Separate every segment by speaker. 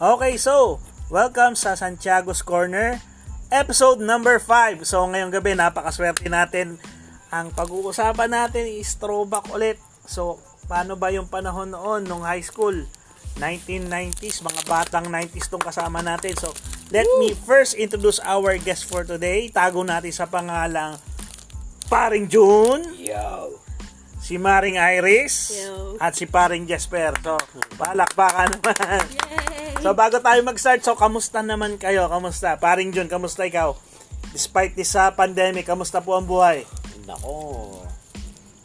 Speaker 1: Okay, so, welcome sa Santiago's Corner, episode number 5. So, ngayong gabi, napakaswerte natin. Ang pag-uusapan natin is throwback ulit. So, paano ba yung panahon noon nung high school? 1990s, mga batang 90s tong kasama natin. So, let me first introduce our guest for today. Tago natin sa pangalang Paring June,
Speaker 2: Yo!
Speaker 1: si Maring Iris,
Speaker 3: Yo.
Speaker 1: at si Paring Jasper. So, palakpakan naman.
Speaker 3: Yay!
Speaker 1: So bago tayo mag-start, so kamusta naman kayo? Kamusta? Paring John, kamusta ikaw? Despite this sa pandemic, kamusta po ang buhay?
Speaker 2: Nako.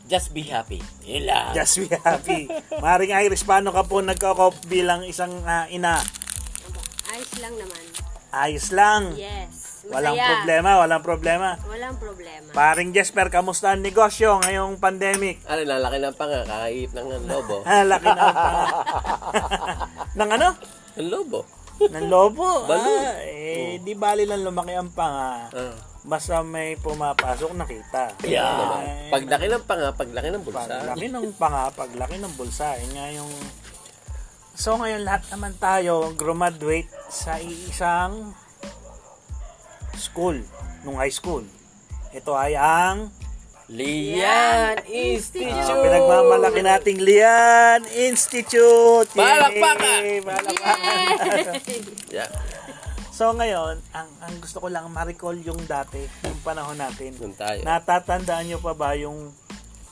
Speaker 2: Just be happy. Yun lang.
Speaker 1: Just be happy. Maring Iris, paano ka po nagkakop bilang isang ah, ina?
Speaker 3: Ayos lang naman.
Speaker 1: Ayos lang.
Speaker 3: Yes. Masaya.
Speaker 1: Walang problema, walang problema.
Speaker 3: Walang problema.
Speaker 1: Paring Jesper, kamusta ang negosyo ngayong pandemic?
Speaker 4: Ano, lalaki ng panga, kakaip ng ng lobo.
Speaker 1: Ah, laki na ang pang- ng ano?
Speaker 4: Ang lobo.
Speaker 1: Ng lobo.
Speaker 4: Balon. Oh.
Speaker 1: Ah, eh, di bali lang lumaki ang panga.
Speaker 4: Ah.
Speaker 1: Basta may pumapasok nakita.
Speaker 4: Ano,
Speaker 1: Yeah.
Speaker 4: paglaki ng panga, paglaki ng bulsa.
Speaker 1: Paglaki ng panga, paglaki ng bulsa. Yun nga yung... So ngayon lahat naman tayo graduate sa isang school, nung high school. Ito ay ang ah,
Speaker 4: Lian Institute!
Speaker 1: pinagmamalaki nating Lian Institute. Yay!
Speaker 4: Palakpakan!
Speaker 1: Palakpakan!
Speaker 4: Yeah.
Speaker 1: So ngayon, ang, ang gusto ko lang ma-recall yung dati, yung panahon natin.
Speaker 4: Doon tayo.
Speaker 1: Natatandaan nyo pa ba yung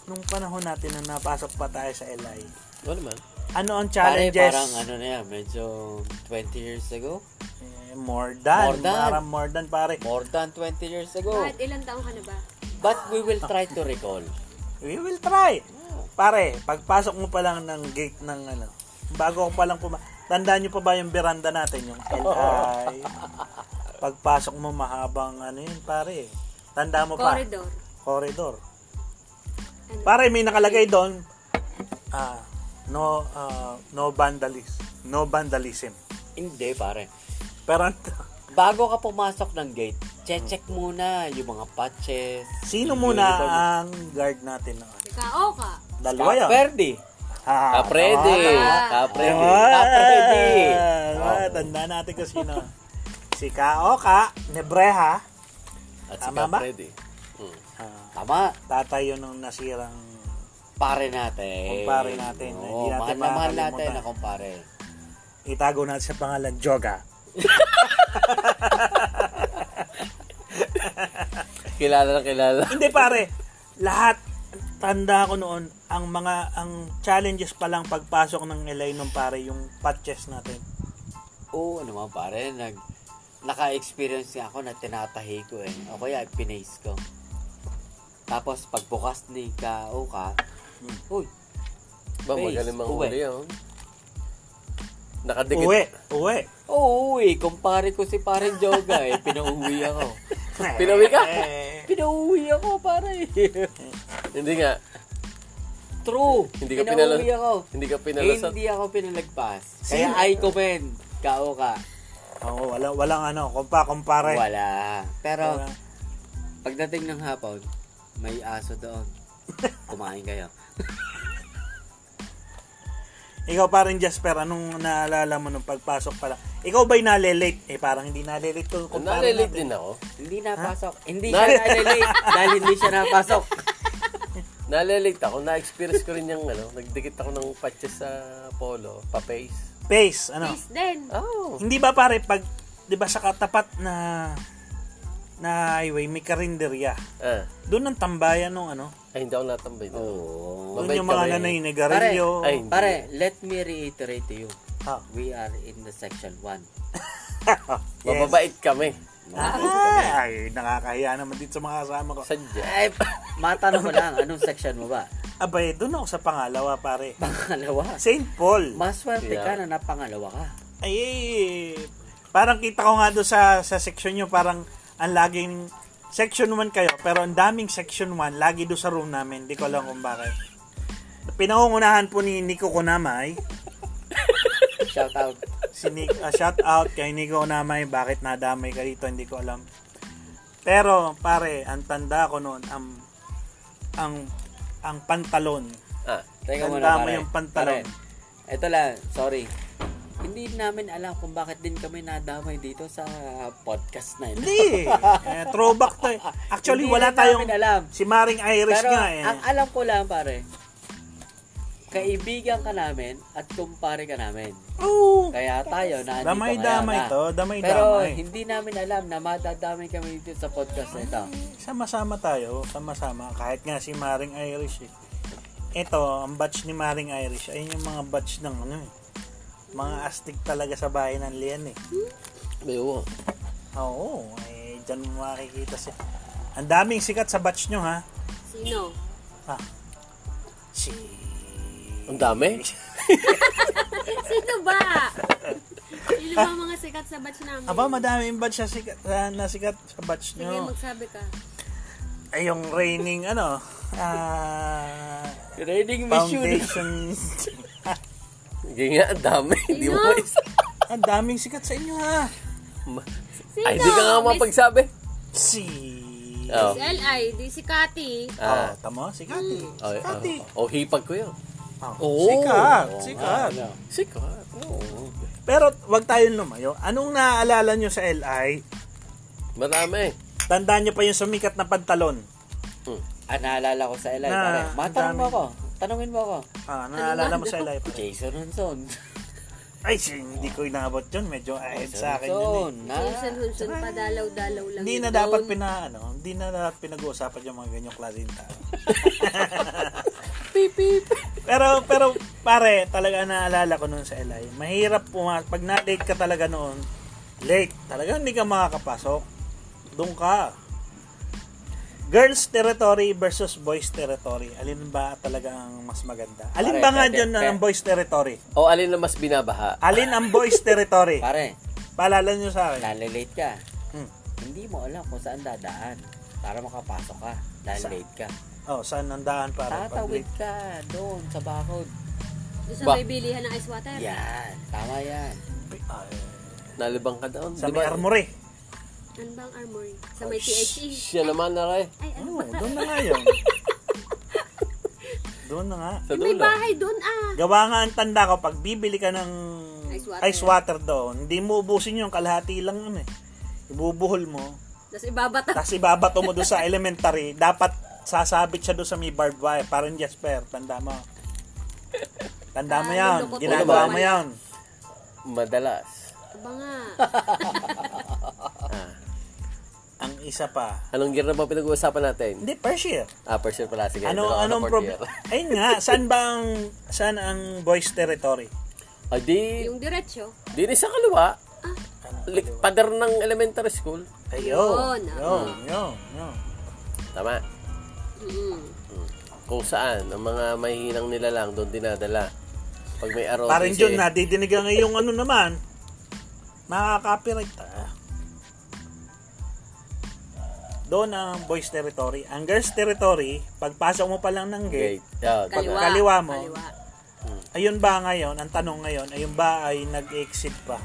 Speaker 1: nung panahon natin na napasok pa tayo sa LI?
Speaker 4: Ano naman?
Speaker 1: Ano ang
Speaker 2: Pare,
Speaker 1: challenges?
Speaker 2: parang ano na yan, medyo 20 years ago.
Speaker 1: Eh, more than.
Speaker 2: More than.
Speaker 1: Parang more than, pare.
Speaker 2: More than 20 years ago.
Speaker 3: Kahit ilang taong ka na ba?
Speaker 2: But we will try to recall.
Speaker 1: We will try. Pare, pagpasok mo pa lang ng gate ng ano, bago ko pa lang puma... Tandaan nyo pa ba yung veranda natin, yung LI? Pagpasok mo mahabang ano yun, pare. Tanda mo pa.
Speaker 3: Corridor.
Speaker 1: Corridor.
Speaker 3: Ano?
Speaker 1: Pare, may nakalagay doon, ah, no, ah, no vandalism. No vandalism.
Speaker 2: Hindi, pare.
Speaker 1: Pero
Speaker 2: Bago ka pumasok ng gate, check muna yung mga patches.
Speaker 1: sino
Speaker 2: yung
Speaker 1: muna
Speaker 2: uniform.
Speaker 1: ang guard natin noon?
Speaker 3: Kakao ka.
Speaker 1: Dalawa
Speaker 2: Ka
Speaker 1: yun.
Speaker 2: Verde.
Speaker 1: Ah,
Speaker 4: Kapredi!
Speaker 3: tama.
Speaker 4: Kapredi!
Speaker 1: Ah,
Speaker 2: Kapredi.
Speaker 1: ah, Tanda natin kung sino. si Kaoka, Nebreha,
Speaker 4: At si
Speaker 1: Tama ba?
Speaker 4: Kapredi. Hmm.
Speaker 1: ah,
Speaker 2: Ah. Tama.
Speaker 1: tatay yun ng nasirang
Speaker 2: Pare natin.
Speaker 1: Kumpare natin. Hindi
Speaker 2: Oo,
Speaker 1: natin
Speaker 2: mahal na mahal
Speaker 1: makakalimutan.
Speaker 2: natin na kumpare.
Speaker 1: itago natin sa pangalan Joga.
Speaker 4: Kilala na kilala.
Speaker 1: Hindi pare, lahat tanda ko noon ang mga ang challenges pa lang pagpasok ng LA nung pare yung patches natin.
Speaker 2: Oo, ano naman pare, nag naka-experience nga ako na tinatahi ko eh. O kaya pinace ko. Tapos pagbukas ni ka, o ka,
Speaker 4: Hmm.
Speaker 2: uy,
Speaker 4: Ba, magaling mga
Speaker 2: Uwe.
Speaker 4: huli, oh. Nakadikit.
Speaker 1: Uwe, uwe.
Speaker 2: oo, uy, kumpare ko si pare Joga eh, pinauwi ako.
Speaker 4: Pinawi ka?
Speaker 1: Eh,
Speaker 2: Pinauwi ako pare.
Speaker 4: Hindi nga.
Speaker 2: True,
Speaker 4: Hindi ka
Speaker 2: pinauwi
Speaker 4: pinala-
Speaker 2: ako.
Speaker 4: Hindi ka
Speaker 2: Eh,
Speaker 4: pinalasot.
Speaker 2: hindi ako pinalagpas.
Speaker 1: Sino?
Speaker 2: Kaya I commend, ka o ka.
Speaker 1: Oo, walang, walang ano, kumpa, kumpare. Diba?
Speaker 2: Wala. Pero, Pagdating ng hapon, may aso doon. Kumain kayo.
Speaker 1: Ikaw parang Jasper, anong naalala mo nung pagpasok pala? Ikaw ba'y nalilate? Eh, parang hindi nalilate ko.
Speaker 4: Kung
Speaker 1: kumpara
Speaker 4: nalilate
Speaker 1: natin.
Speaker 4: din ako.
Speaker 2: Hindi napasok. Hindi
Speaker 4: Na-
Speaker 2: siya nalilate dahil hindi siya napasok.
Speaker 4: Nalilate ako. Na-experience ko rin yung ano. Nagdikit ako ng patches sa polo. Pa-face.
Speaker 1: Pace, ano?
Speaker 3: Please then.
Speaker 4: Oh.
Speaker 1: Hindi ba pare, pag, di ba sa katapat na na highway, may karinderya.
Speaker 4: Ah.
Speaker 1: Doon ang tambayan nung ano.
Speaker 4: Ay, hindi ako natambay doon.
Speaker 2: Oh. Oo.
Speaker 1: Doon
Speaker 4: Mabait
Speaker 1: yung mga
Speaker 4: kami.
Speaker 1: nanay ni
Speaker 2: Pare,
Speaker 1: Garillo.
Speaker 4: Ay, hindi.
Speaker 2: pare, let me reiterate to you.
Speaker 1: Ah.
Speaker 2: We are in the section 1.
Speaker 1: Yes.
Speaker 4: Mababait kami.
Speaker 1: Ah, ay, nakakahiya naman dito sa mga kasama ko.
Speaker 4: Sadya.
Speaker 2: Ay, matanong ko lang, anong section mo ba?
Speaker 1: Abay, doon ako sa pangalawa, pare.
Speaker 2: Pangalawa.
Speaker 1: St. Paul.
Speaker 2: Maswerte
Speaker 4: Yeah.
Speaker 2: ka na napangalawa ka.
Speaker 1: Ay, eh, parang kita ko nga doon sa, sa section nyo, parang ang laging section 1 kayo, pero ang daming section 1, lagi doon sa room namin. Di ko alam kung bakit. Pinangungunahan po ni Nico Kunamay.
Speaker 2: Shout out.
Speaker 1: Si Nick, ah, shout out kay Nico Kunamay, bakit nadamay ka dito, hindi ko alam. Pero, pare, ang tanda ko noon, ang, ang, ang pantalon.
Speaker 4: Ah.
Speaker 2: Teka
Speaker 1: Tanda
Speaker 2: muna,
Speaker 1: mo
Speaker 2: pare.
Speaker 1: yung pantalon.
Speaker 2: Pare, Ito lang, sorry. Hindi namin alam kung bakit din kami nadamay dito sa podcast na ito.
Speaker 1: Hindi. Eh, throwback to eh. Actually,
Speaker 2: Hindi
Speaker 1: wala
Speaker 2: rin
Speaker 1: tayong...
Speaker 2: namin alam.
Speaker 1: Si Maring Irish
Speaker 2: Pero
Speaker 1: nga eh.
Speaker 2: ang alam ko lang pare, kaibigan ka namin at kumpare ka namin.
Speaker 1: Oo.
Speaker 2: Kaya tayo na
Speaker 1: Damay-damay to, damay-damay.
Speaker 2: Pero hindi namin alam na madadamay kami dito sa podcast na ito.
Speaker 1: Sama-sama tayo, sama-sama. Kahit nga si Maring Irish eh. Ito, ang batch ni Maring Irish, ayun yung mga batch ng ano eh. Mga astig talaga sa bahay ng Lian eh.
Speaker 4: May uwa.
Speaker 1: Oo, eh, dyan mo makikita siya. Ang daming sikat sa batch nyo ha.
Speaker 3: Sino?
Speaker 1: Si...
Speaker 4: Ang dami.
Speaker 3: Sino ba? Sino ba ang mga sikat sa batch namin?
Speaker 1: Aba, madaming batch na sikat, na, na sikat sa batch
Speaker 3: Sige,
Speaker 1: nyo.
Speaker 3: magsabi ka.
Speaker 1: Ay, yung reigning ano, ah...
Speaker 2: Reading mission.
Speaker 1: foundation.
Speaker 4: Hindi nga, ang dami. Hindi mo
Speaker 3: Sino?
Speaker 4: may isa.
Speaker 1: ang daming sikat sa inyo ha.
Speaker 3: Sino?
Speaker 4: Ay, hindi ka nga
Speaker 3: Miss-
Speaker 4: mapagsabi.
Speaker 1: Si...
Speaker 4: Oo.
Speaker 3: Si LI, di si Cathy.
Speaker 1: Ah,
Speaker 4: Ah.
Speaker 1: tama, si Kati.
Speaker 4: Oh,
Speaker 1: si Kati.
Speaker 4: oh, oh, hipag ko yun.
Speaker 1: eh. Oh, sikat, sikat.
Speaker 2: Ano?
Speaker 4: Sikat. Oh, Oo.
Speaker 1: Pero wag tayong lumayo. Anong naaalala nyo sa LI?
Speaker 4: Marami.
Speaker 1: Tandaan nyo pa yung sumikat na pantalon.
Speaker 2: Ah, naalala ko sa Eli,
Speaker 1: Na,
Speaker 2: pare. Matanong
Speaker 1: dami.
Speaker 2: mo ako. Tanungin mo ako.
Speaker 1: Ah, naalala mo sa LI pa.
Speaker 2: Jason Hunson.
Speaker 1: Ay, si- hindi ko inaabot yun. Medyo ahead sa akin yun eh.
Speaker 2: Hunson. Na.
Speaker 3: Jason Hunson, padalaw-dalaw lang.
Speaker 1: Hindi
Speaker 3: yun
Speaker 1: na dapat
Speaker 3: doon.
Speaker 1: pina, ano, hindi na dapat pinag-uusapan yung mga ganyang klaseng tao.
Speaker 4: Pip, pip.
Speaker 1: Pero, pero, pare, talaga naalala ko noon sa LI. Mahirap puma... Pag na-late ka talaga noon, late. Talaga hindi ka makakapasok. Doon ka. Girls territory versus boys territory. Alin ba talaga ang mas maganda? Alin
Speaker 2: Pare,
Speaker 1: ba nga
Speaker 2: pe-
Speaker 1: dyan
Speaker 2: pe-
Speaker 1: ang boys territory?
Speaker 4: O, alin na mas binabaha?
Speaker 1: Alin ang boys territory?
Speaker 2: Pare,
Speaker 1: Paalala nyo sa akin.
Speaker 2: nalilate ka.
Speaker 1: Hmm.
Speaker 2: Hindi mo alam kung saan dadaan para makapasok ka. Dahil
Speaker 1: Sa-
Speaker 2: late ka.
Speaker 1: Oh, saan ang daan para pag late?
Speaker 2: Tatawid ka doon sa bakod.
Speaker 3: Doon sa
Speaker 4: Ba-
Speaker 3: may bilihan ng ice water.
Speaker 2: Yan. Tama yan.
Speaker 1: Ay,
Speaker 4: Nalibang ka doon.
Speaker 1: Sa
Speaker 4: di
Speaker 1: may
Speaker 4: ba?
Speaker 1: armory.
Speaker 3: Ano bang armory? Sa may E. THE.
Speaker 4: Siya naman na rin.
Speaker 3: Ay, ano
Speaker 1: Oo,
Speaker 3: ba?
Speaker 1: Hmm, doon na nga yun. doon na nga.
Speaker 4: Sa
Speaker 3: May
Speaker 4: dulo.
Speaker 3: bahay doon ah.
Speaker 1: Gawa nga ang tanda ko, pag bibili ka ng
Speaker 3: Ice water.
Speaker 1: ice water doon, hindi mo ubusin yung kalahati lang yun eh. Ibubuhol mo,
Speaker 3: Tapos ibabata.
Speaker 1: tapos ibabato mo doon sa elementary, dapat sasabit siya doon sa may barbed wire. Parang Jasper, tanda mo. Tanda mo
Speaker 3: Ah,
Speaker 1: yan,
Speaker 3: nilukot
Speaker 1: ginagawa
Speaker 3: mo.
Speaker 1: mo yan.
Speaker 4: Madalas.
Speaker 3: Aba nga.
Speaker 1: Ang isa pa,
Speaker 4: Anong gear na ba pinag-uusapan natin?
Speaker 1: hindi, first year.
Speaker 4: Ah, for sure pala. Sige.
Speaker 1: Ano,
Speaker 4: dalawa ka na
Speaker 1: anong
Speaker 4: for
Speaker 1: problem?
Speaker 4: gear.
Speaker 1: Ayun nga, saan ba ang, saan ang boys territory?
Speaker 4: O, Ah, di,
Speaker 3: Yung diretsyo.
Speaker 4: di rin sa kaliwa.
Speaker 1: Ano?
Speaker 4: Lik- Pader ng elementary school.
Speaker 1: Ayun,
Speaker 3: Yun,
Speaker 1: yun, yun, yun.
Speaker 4: Tama. Hmm.
Speaker 3: Mm.
Speaker 4: Kung saan, ang mga mahihinang nila lang doon dinadala. Pag may araw.
Speaker 1: Parang
Speaker 4: kasi-
Speaker 1: yun, nadidinig ang iyong ano naman. Makaka-copyright ta. Doon ang boys territory. Ang girls territory, pagpasok mo pa lang ng gate,
Speaker 4: Gate. Ah,
Speaker 1: Kaliwa.
Speaker 4: diba?
Speaker 1: Kaliwa mo.
Speaker 3: Kaliwa.
Speaker 1: ayun ba ngayon, ang tanong ngayon, ayun ba ay nag-exit pa?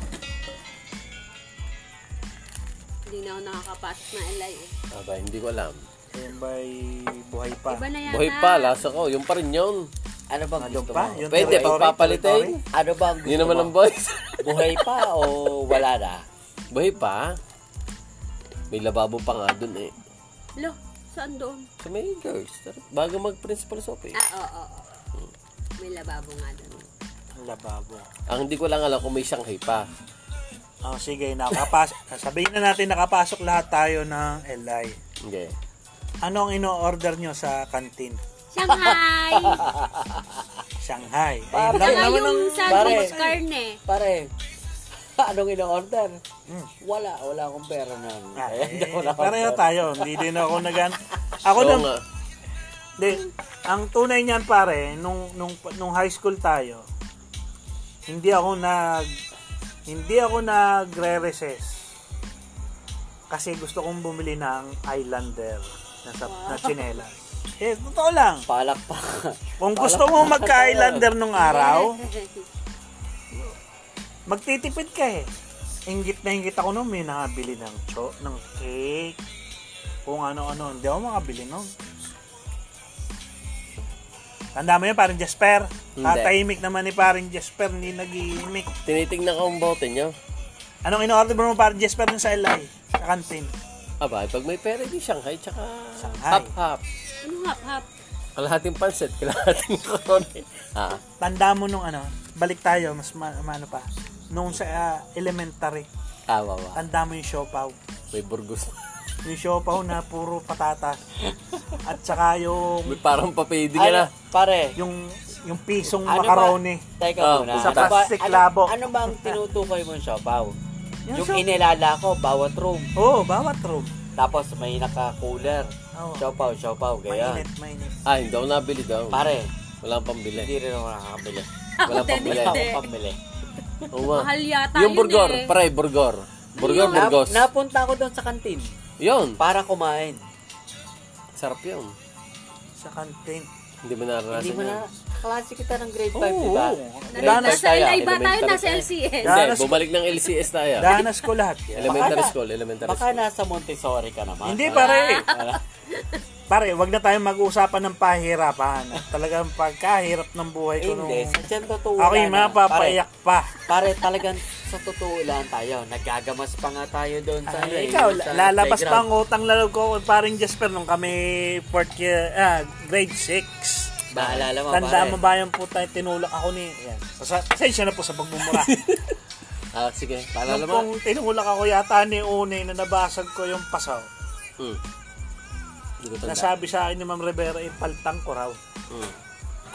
Speaker 3: Hindi na ako nakakapasok na LI eh.
Speaker 4: Aba, ah, hindi ko alam.
Speaker 1: Ayun ba ay buhay pa?
Speaker 3: Iba na yata.
Speaker 4: Buhay pa, lasa ko. Yung pa rin yun.
Speaker 2: Ano bang
Speaker 1: Nandun
Speaker 2: gusto
Speaker 1: pa?
Speaker 2: mo?
Speaker 1: Yun
Speaker 4: Pwede,
Speaker 1: territory,
Speaker 4: pagpapalitin.
Speaker 1: territory.
Speaker 2: Ano bang gusto
Speaker 4: Yun naman
Speaker 2: mo?
Speaker 4: ang boys.
Speaker 2: Buhay pa o wala na?
Speaker 4: Buhay pa. May lababo pa nga doon eh.
Speaker 3: Lo, saan doon?
Speaker 4: Sa may girls. Bago mag-principal's office.
Speaker 3: Ah, oo, oo. oo. May lababo nga doon.
Speaker 1: Ang lababo.
Speaker 4: Ang Ah, hindi ko lang alam kung may Shanghai pa.
Speaker 1: Oh, sige, nakapasok. Sabihin na natin nakapasok lahat tayo ng LI.
Speaker 4: Hindi.
Speaker 1: Ano ang ino-order nyo sa canteen?
Speaker 3: Shanghai!
Speaker 1: Shanghai. Ayun lang
Speaker 3: Saka
Speaker 1: naman ang...
Speaker 3: yung sandwich
Speaker 2: Pare.
Speaker 3: carne.
Speaker 2: Pare, anong in-order? Wala, wala akong pera nun. Kaya
Speaker 1: Ay,
Speaker 2: Eh, hindi ko
Speaker 1: Ah,
Speaker 2: na-
Speaker 1: eh, pareho tayo. Hindi din ako nagan... Ako
Speaker 4: Oo
Speaker 1: nang
Speaker 4: nga.
Speaker 1: Hindi. Ang tunay niyan pare, nung, nung, nung high school tayo, hindi ako nag hindi ako nagre-recess. Kasi gusto kong bumili ng Islander na, sa, na tsinelas. Eh, totoo lang.
Speaker 2: Palakpak.
Speaker 1: Kung gusto mo magka-Islander nung araw, magtitipid ka eh. Ingit na ingit ako noon, may nakabili ng cho, ng cake, kung ano-ano. Hindi ako makabili noon. Tanda mo yun, parang Jasper.
Speaker 4: Hindi.
Speaker 1: Tatahimik naman ni parang Jasper, hindi nag-iimik.
Speaker 4: Tinitingnan ko ang bote niyo.
Speaker 1: Anong in-order mo parang Jasper dun sa LA? Sa canteen.
Speaker 4: Aba, pag may pera di Shanghai, tsaka
Speaker 1: Shanghai.
Speaker 4: hap-hap.
Speaker 3: Ano hap-hap?
Speaker 4: Kalahating pansit, kalahating korone. Ah,
Speaker 1: Tanda mo nung ano, balik tayo, mas ma- ano pa. Nung sa ah, elementary,
Speaker 4: tawa ba?
Speaker 1: tanda mo yung siopaw.
Speaker 4: May burgos.
Speaker 1: Yung siopaw na puro patatas. At saka yung,
Speaker 4: May parang papedi ka na.
Speaker 2: Ano, pare,
Speaker 1: yung, yung pisong
Speaker 2: ano
Speaker 1: macaroni.
Speaker 2: Ba, teka
Speaker 4: Oh,
Speaker 2: muna. ano
Speaker 4: sa
Speaker 2: ba,
Speaker 1: plastic
Speaker 2: ano,
Speaker 1: labo.
Speaker 2: Ano ba ang tinutukoy mo siya, Pao?
Speaker 1: Yung
Speaker 2: Yung,
Speaker 1: siya-
Speaker 2: inilala ko, bawat room.
Speaker 1: Oo, oh, bawat room.
Speaker 2: Tapos may naka-cooler.
Speaker 1: Oo.
Speaker 2: Siopaw, siopaw, ganyan.
Speaker 1: Mainit, mainit.
Speaker 4: Ah, hindi ako nabili daw.
Speaker 2: Pare,
Speaker 4: Wala pang pambili.
Speaker 2: hindi rin ako nakakabili.
Speaker 3: Ako din,
Speaker 4: Wala pambili.
Speaker 2: Wala
Speaker 3: hindi.
Speaker 2: akong pambili.
Speaker 4: Oo nga.
Speaker 3: Mahal yata yun
Speaker 4: Yung burgor,
Speaker 3: eh.
Speaker 4: pare, burgor. Burgor,
Speaker 3: Ayun.
Speaker 4: burgos.
Speaker 2: Na, napunta ako doon sa kantin
Speaker 4: Yun,
Speaker 2: para kumain.
Speaker 4: sarap yun.
Speaker 1: Sa canteen.
Speaker 4: Hindi mo naranasan
Speaker 2: Hindi mo
Speaker 4: yun.
Speaker 2: na, klase kita ng grade
Speaker 1: Oo,
Speaker 2: 5, di ba?
Speaker 1: oo.
Speaker 2: Grade
Speaker 1: Danas-
Speaker 2: five
Speaker 3: Nasa LA ba tayo?
Speaker 4: elementary
Speaker 3: Nasa eh.
Speaker 4: tayo.
Speaker 3: LCS.
Speaker 1: Yeah.
Speaker 4: Hindi,
Speaker 1: Danas-
Speaker 4: bumalik ng LCS tayo.
Speaker 1: Danas ko lahat.
Speaker 4: Elementary
Speaker 2: Baka na-
Speaker 4: school, elementary
Speaker 2: Baka
Speaker 4: school.
Speaker 2: nasa Montessori ka naman.
Speaker 1: Hindi pare.
Speaker 2: ah.
Speaker 1: pare, wag na tayong mag-usapan ng pahirapan. At Talagang pagkahirap ng buhay ko nung...
Speaker 2: Hindi, sa dyan totoo
Speaker 1: Ako yung
Speaker 2: lang na.
Speaker 1: mapapaiyak pa.
Speaker 2: Pare, talagang sa totoo lang tayo. Nagagamas pa nga tayo doon sa...
Speaker 1: Ah,
Speaker 2: ano eh,
Speaker 1: ikaw,
Speaker 2: sa
Speaker 1: lalabas
Speaker 2: playground.
Speaker 1: pa ang utang lalo ko kay paring Jasper nung kami fourth year, ah, grade 6.
Speaker 2: Naalala mo,
Speaker 1: Tanda
Speaker 2: pare.
Speaker 1: mo ba yung puta tinulak ako ni... Yan. Pasa- Pasensya na po sa pagmumura.
Speaker 4: Ah, sige,
Speaker 1: Nung
Speaker 4: paalala mo.
Speaker 1: kung tinulak ako yata ni Unay na nabasag ko yung pasaw.
Speaker 4: Hmm. Hindi ko tanda.
Speaker 1: Nasabi sa akin ni Ma'am Rivera, ipaltang ko raw.
Speaker 4: Hmm.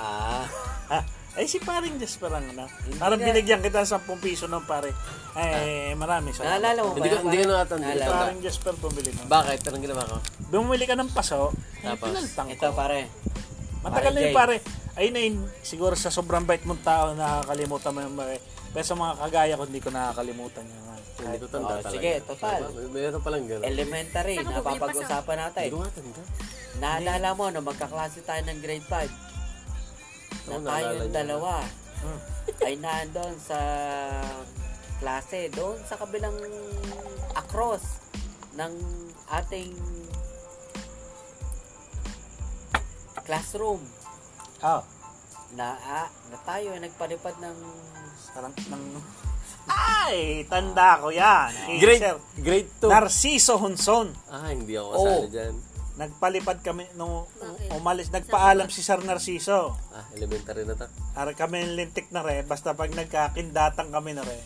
Speaker 2: Ah,
Speaker 1: Ha? Ay, si paring Jasper ang ano. Parang binigyan kita ng 10 piso ng pare.
Speaker 2: Ah.
Speaker 1: Ay, marami sa
Speaker 2: naalala mo ba?
Speaker 4: Hindi ko,
Speaker 2: yan,
Speaker 4: hindi ko
Speaker 2: pare?
Speaker 4: nakatanda. hindi ko
Speaker 2: Naalala.
Speaker 4: tanda.
Speaker 1: Parang Jasper bumili nun.
Speaker 4: Bakit? Anong ginawa ko?
Speaker 1: Bumili ka ng paso,
Speaker 4: Tapos,
Speaker 1: tapos pinaltang
Speaker 2: Ito,
Speaker 1: ko.
Speaker 2: pare.
Speaker 1: Matagal na
Speaker 2: Pare
Speaker 1: yun
Speaker 2: Jay.
Speaker 1: pare. Ayun na yun, siguro sa sobrang bait mong tao, nakakalimutan mo yung pare. Pero sa mga kagaya ko, hindi ko nakakalimutan eh. yun.
Speaker 4: Hindi ko tanda
Speaker 2: Oh,
Speaker 4: talaga.
Speaker 2: sige, Eh, total.
Speaker 4: May- Mayroon palang gano'n.
Speaker 2: Elementary,
Speaker 3: Saan ka bumili?
Speaker 2: napapag-usapan natin.
Speaker 4: Hindi ko nga tanda.
Speaker 2: Naalala mo, no, magkaklase tayo ng grade 5. Na
Speaker 4: Oo, naalala Hmm.
Speaker 2: tayong
Speaker 4: niyo.
Speaker 2: dalawa ay nandun sa klase, doon sa kabilang across ng ating classroom
Speaker 1: Oh,
Speaker 2: na, ah, na tayo ay nagpalipad ng
Speaker 1: sarang ng... Ay, tanda ko yan. Kay
Speaker 4: Grade,
Speaker 1: Sir
Speaker 4: grade 2.
Speaker 1: Narciso Honson.
Speaker 4: ah, hindi ako
Speaker 2: Oo.
Speaker 4: kasali dyan.
Speaker 1: Nagpalipad kami, nung
Speaker 3: Bakit?
Speaker 1: umalis, nagpaalam si Sir Narciso.
Speaker 4: Ah, elementary na to.
Speaker 1: Ara kami ng lintik na re, basta pag nagkakindatang kami na re,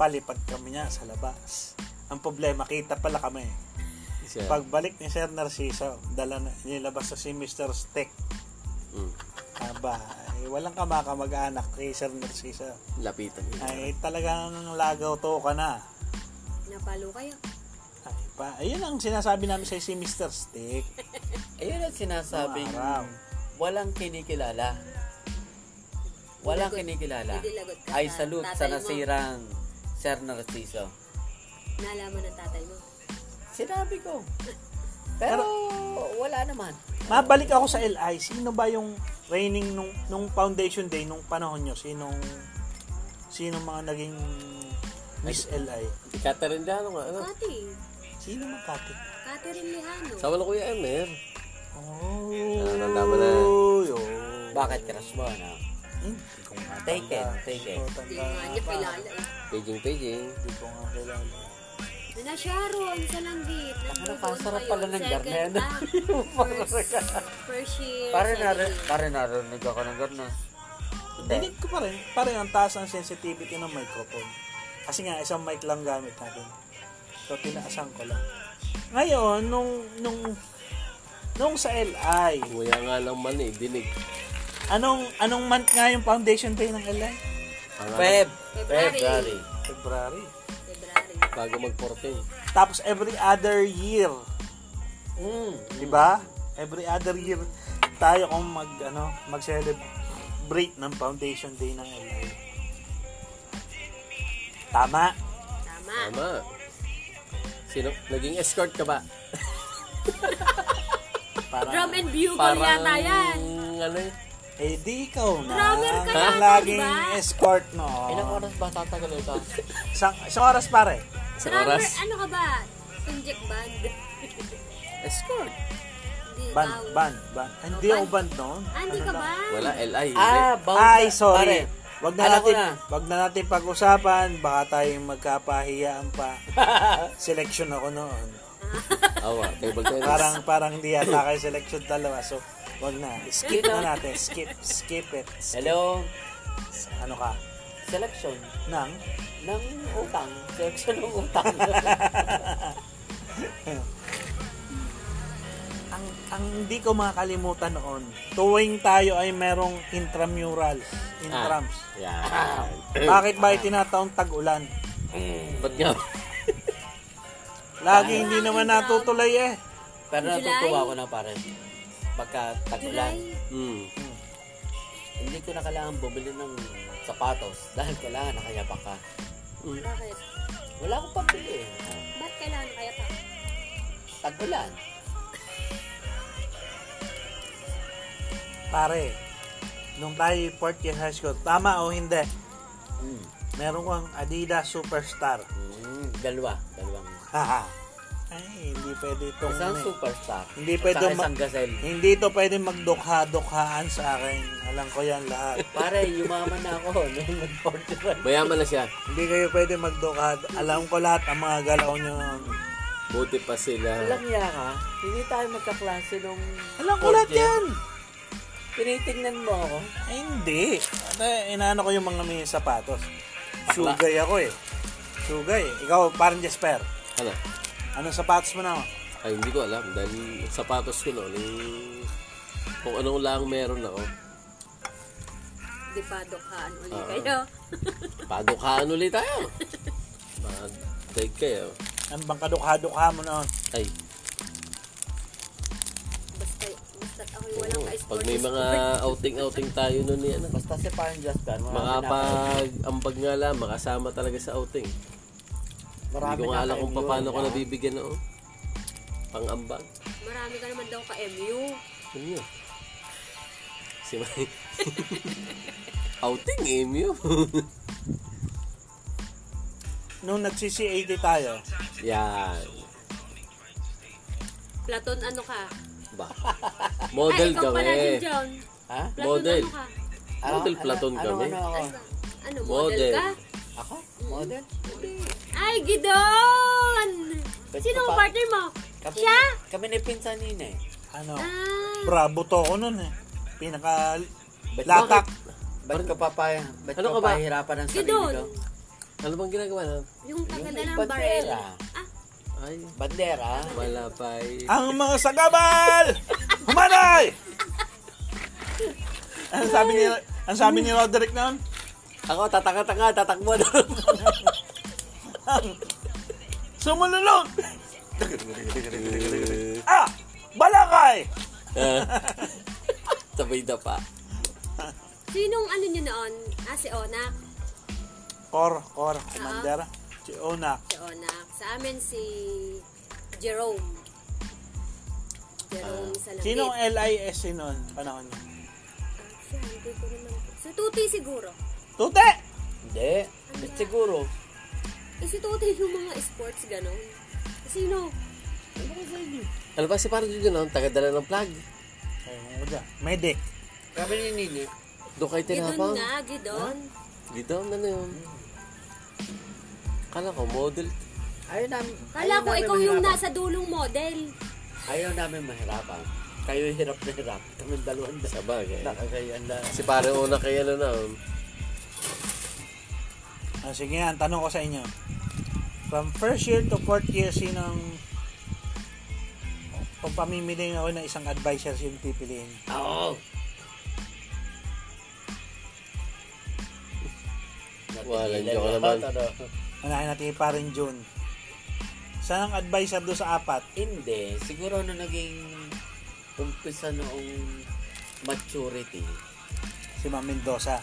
Speaker 1: palipad kami niya sa labas. Ang problema, kita pala kami.
Speaker 4: Siya.
Speaker 1: Pagbalik ni Sir Narciso, dala na, nilabas na si Mr. Stick.
Speaker 4: Mm.
Speaker 1: Aba, eh, walang kamakamag-anak kay Sir Narciso.
Speaker 4: Lapitan.
Speaker 1: Ay, talagang lagaw to ka na.
Speaker 3: Napalo kayo.
Speaker 1: Ay, pa, ayun ang sinasabi namin sa si Mr. Stick.
Speaker 2: ayun ang sinasabing
Speaker 1: Araw.
Speaker 2: walang kinikilala. Walang kinikilala.
Speaker 3: Didilagot ka
Speaker 2: Ay salute sa
Speaker 3: tatay mo.
Speaker 2: nasirang Sir Narciso.
Speaker 3: Nalaman ng tatay mo.
Speaker 2: Sinabi ko. Pero wala naman.
Speaker 1: Mabalik ako sa LI. Sino ba yung training nung, nung foundation day nung panahon nyo? Sinong sinong mga naging Miss LI?
Speaker 4: Si Catherine Dano nga. Ano?
Speaker 3: Kati.
Speaker 1: Sino Makati?
Speaker 3: Catherine Lejano.
Speaker 4: Sawa na Kuya M eh.
Speaker 1: Oh.
Speaker 4: Natatanda mo na.
Speaker 2: Bakit crush mo? Ano?
Speaker 1: Hindi ko nga
Speaker 2: Take it,
Speaker 1: tanda. Hindi ko
Speaker 2: take it.
Speaker 3: Hindi
Speaker 1: tanda
Speaker 3: nga niya
Speaker 1: pa.
Speaker 3: kilala eh.
Speaker 4: Paging paging.
Speaker 1: Hindi ko nga kilala.
Speaker 3: Na Sharon sa langgit.
Speaker 2: Ano,
Speaker 3: Nandun
Speaker 2: pasarap
Speaker 3: kayo.
Speaker 2: pala ng
Speaker 3: Second
Speaker 2: garnet.
Speaker 3: act. First, first year.
Speaker 2: Pare
Speaker 3: second
Speaker 2: narin,
Speaker 3: year.
Speaker 2: pare narinig ako ng ah. garnas. Hindi.
Speaker 1: Dinig ko pa rin. Parang ang taas ang sensitivity ng microphone. Kasi nga, isang mic lang gamit natin. So, tinaasan ko lang. Ngayon, nung, nung, nung sa LI,
Speaker 4: Kuya nga lang man eh. Dinig.
Speaker 1: Anong anong month nga yung foundation day ng LA?
Speaker 4: Ang
Speaker 2: Feb.
Speaker 3: February.
Speaker 2: February.
Speaker 1: February.
Speaker 3: February.
Speaker 4: Bago mag-14.
Speaker 1: Tapos every other year,
Speaker 2: Mm.
Speaker 1: di ba? Every other year tayo kung mag ano, mag-celebrate ng foundation day ng LA. Tama.
Speaker 3: Tama.
Speaker 4: Tama. Sino? Naging escort ka ba?
Speaker 1: Para
Speaker 3: Drum and bugle yata yan.
Speaker 4: ano eh.
Speaker 1: eh di ikaw na.
Speaker 3: Drummer ka
Speaker 1: Ang
Speaker 3: na,
Speaker 1: laging
Speaker 3: diba?
Speaker 1: escort no.
Speaker 2: Ilang oras ba tatagal ito?
Speaker 1: Isang, isang oras pare.
Speaker 4: Sa
Speaker 3: Drummer,
Speaker 4: oras.
Speaker 3: ano ka ba? Tunjek band.
Speaker 4: Escort.
Speaker 3: Hindi
Speaker 1: Ban, ban, ban. Ah, Hindi
Speaker 3: Oh,
Speaker 1: ako
Speaker 3: ban.
Speaker 1: ban noon. Ano
Speaker 3: Ah, hindi
Speaker 4: ano
Speaker 3: ka ba?
Speaker 4: Wala, LI.
Speaker 2: Ah, bound.
Speaker 1: Ay, sorry.
Speaker 2: Pare,
Speaker 1: Wag na
Speaker 2: alam ko
Speaker 1: natin,
Speaker 2: na.
Speaker 1: wag na natin pag-usapan. Baka tayong magkapahiyaan pa. selection ako noon.
Speaker 4: Awa, table tennis.
Speaker 1: Parang parang hindi yata kayo selection dalawa. So, wag na. Skip na natin. Skip, skip it. Skip.
Speaker 2: Hello,
Speaker 1: Ano ka?
Speaker 2: selection
Speaker 1: Nang?
Speaker 2: ng utang. Selection ng utang.
Speaker 1: ang, ang hindi ko makalimutan noon, tuwing tayo ay merong intramurals,
Speaker 2: Ah.
Speaker 1: intrams.
Speaker 4: Yan. Mm.
Speaker 1: Bakit ba itinataong tag-ulan?
Speaker 4: Ba't nga?
Speaker 1: Lagi hindi naman natutuloy eh.
Speaker 2: Pero
Speaker 3: July?
Speaker 2: natutuwa ako na pare. Pagka
Speaker 3: July?
Speaker 2: tagulan,
Speaker 4: Hmm.
Speaker 2: hindi ko na kailangan bumili ng sapatos dahil kailangan nakayapak ka.
Speaker 4: Mm.
Speaker 3: Bakit?
Speaker 2: Wala akong pambili eh.
Speaker 3: Ba't kailangan kaya pa?
Speaker 2: Tagulan.
Speaker 1: Pare, nung tayo yung fourth year high school, tama o hindi,
Speaker 2: Mm.
Speaker 1: meron kang Adidas Superstar.
Speaker 2: Mm, dalawa. Dalawang.
Speaker 1: Haha. ay, hindi pwede itong... ano eh.
Speaker 2: Isang
Speaker 4: eh.
Speaker 2: superstar.
Speaker 1: Hindi
Speaker 2: At
Speaker 1: pwede
Speaker 2: saka
Speaker 1: ma-
Speaker 2: isang gazelle.
Speaker 1: hindi ito pwede magdukha-dukhaan sa akin. Alam ko yan lahat.
Speaker 2: Pare, yumaman na ako nung nag-41.
Speaker 4: Mayaman na siya.
Speaker 1: hindi kayo pwede magdukha. Alam ko lahat ang mga galaw nyo.
Speaker 4: Buti pa sila.
Speaker 2: Walang iya ka. Hindi tayo magkaklase nung...
Speaker 1: Alam ko
Speaker 2: fourth
Speaker 1: lahat
Speaker 2: year.
Speaker 1: yan.
Speaker 2: Tinitingnan mo ako.
Speaker 1: Ay, hindi. Ano, inaano ko yung mga may sapatos. Sugay ako eh. Sugay. Ikaw, parang Jesper.
Speaker 4: Ano?
Speaker 1: Anong sapatos mo na?
Speaker 4: Ay, hindi ko alam. Dahil sapatos ko noon, eh, kung anong lang meron oh. ako,
Speaker 3: Di pa dukhaan ulit
Speaker 4: Oo.
Speaker 3: kayo.
Speaker 4: padukhaan ulit tayo. Mag-daig kayo.
Speaker 1: Ang bangkadukha-dukha mo noon.
Speaker 4: Ay,
Speaker 3: Basta, basta ako yung walang
Speaker 4: oo.
Speaker 3: ka-sport.
Speaker 4: Pag may mga outing-outing tayo noon, yan.
Speaker 2: Basta si parang Jasper.
Speaker 4: Makapag-ambag nga lang, makasama talaga sa outing. Hindi ko nga ah. alam kung paano ko nabibigyan noon. Pang-ambag.
Speaker 3: Marami ka naman daw ka-MU.
Speaker 4: Ano yun? Si May. outing, Emio.
Speaker 1: Nung nagsi-C80 tayo,
Speaker 4: yan.
Speaker 3: Platon ano ka?
Speaker 4: Ba. Model
Speaker 3: Ay, ikaw
Speaker 4: kami.
Speaker 3: pala din, John.
Speaker 2: Ha?
Speaker 3: Platon
Speaker 4: Model.
Speaker 3: ano ka?
Speaker 4: Model platon kami.
Speaker 2: Ano, ano ako?
Speaker 3: Ano, ano, model,
Speaker 4: Model.
Speaker 3: ka?
Speaker 2: Ako? Model?
Speaker 3: Ay, Gidon!
Speaker 2: Best
Speaker 3: Sino
Speaker 2: pa-
Speaker 3: ang partner mo?
Speaker 2: Kami,
Speaker 3: Siya?
Speaker 2: Kami na pinsan nina eh.
Speaker 1: ano,
Speaker 3: Ah,
Speaker 1: bravo to ako noon eh. Pinaka latak.
Speaker 2: Ba't ko papaya? Ba't
Speaker 4: Ano
Speaker 2: ko
Speaker 4: ka ba?
Speaker 2: pahirapan ang sarili
Speaker 3: Gidon!
Speaker 2: ko?
Speaker 4: Ano bang ginagawa na?
Speaker 3: Yung kaganda ng barrel.
Speaker 2: bandera.
Speaker 3: Ah,
Speaker 4: Ay,
Speaker 2: Bandera?
Speaker 4: wala pa eh.
Speaker 1: Ang mga sagabal! Humanay! Ang sabi ni ang sabi ni Roderick noon,
Speaker 4: Ako, tatanga-tanga, tatakbo na.
Speaker 1: sumululog! Ah! Balakay!
Speaker 4: Sabay na pa.
Speaker 3: sinong ano nyo noon? Ah, si Onak.
Speaker 1: Kor, kor, commander. Si Onak.
Speaker 3: Si Onak. Sa amin si Jerome.
Speaker 2: Ah,
Speaker 3: Jerome Salamin.
Speaker 1: Sinong LIS nun? E Panahon niya.
Speaker 3: Siya, hindi ko naman. Si Tuti siguro.
Speaker 1: Tute!
Speaker 2: Hindi. Ba't siguro?
Speaker 3: Eh, si Tuti yung mga sports ganun. Sino?
Speaker 4: Ano ba si parang yun noon? Tagadala ng plug.
Speaker 1: Ayun ko dyan. Medic.
Speaker 2: Kami ni Nini.
Speaker 4: Doon kayo
Speaker 3: Gidon
Speaker 4: tinapang.
Speaker 3: nga, Gidon.
Speaker 4: Dito, ano yun? Kala ko, model.
Speaker 2: Ayaw namin.
Speaker 3: Kala
Speaker 2: ayaw
Speaker 3: ko
Speaker 2: namin
Speaker 3: ikaw yung
Speaker 2: mahirapan.
Speaker 3: nasa dulong model.
Speaker 2: Ayaw namin mahirapan. Kayo hirap na hirap. Kami dalawang dalawa.
Speaker 4: Sabagay.
Speaker 2: Nakakayan na.
Speaker 4: Si parang una kayo ano na. oh.
Speaker 1: Ah, sige nga, ang tanong ko sa inyo. From first year to fourth year, sinong kung pamimili ako ng isang advisor, sino pipiliin?
Speaker 2: Oo.
Speaker 4: Wala,
Speaker 2: Natigilan
Speaker 4: joke
Speaker 2: lahat,
Speaker 4: naman.
Speaker 2: ano.
Speaker 1: Unahin natin pa rin June. Saan ang advisor doon sa apat?
Speaker 2: Hindi. Siguro na naging umpisa noong maturity,
Speaker 1: Si Ma'am Mendoza.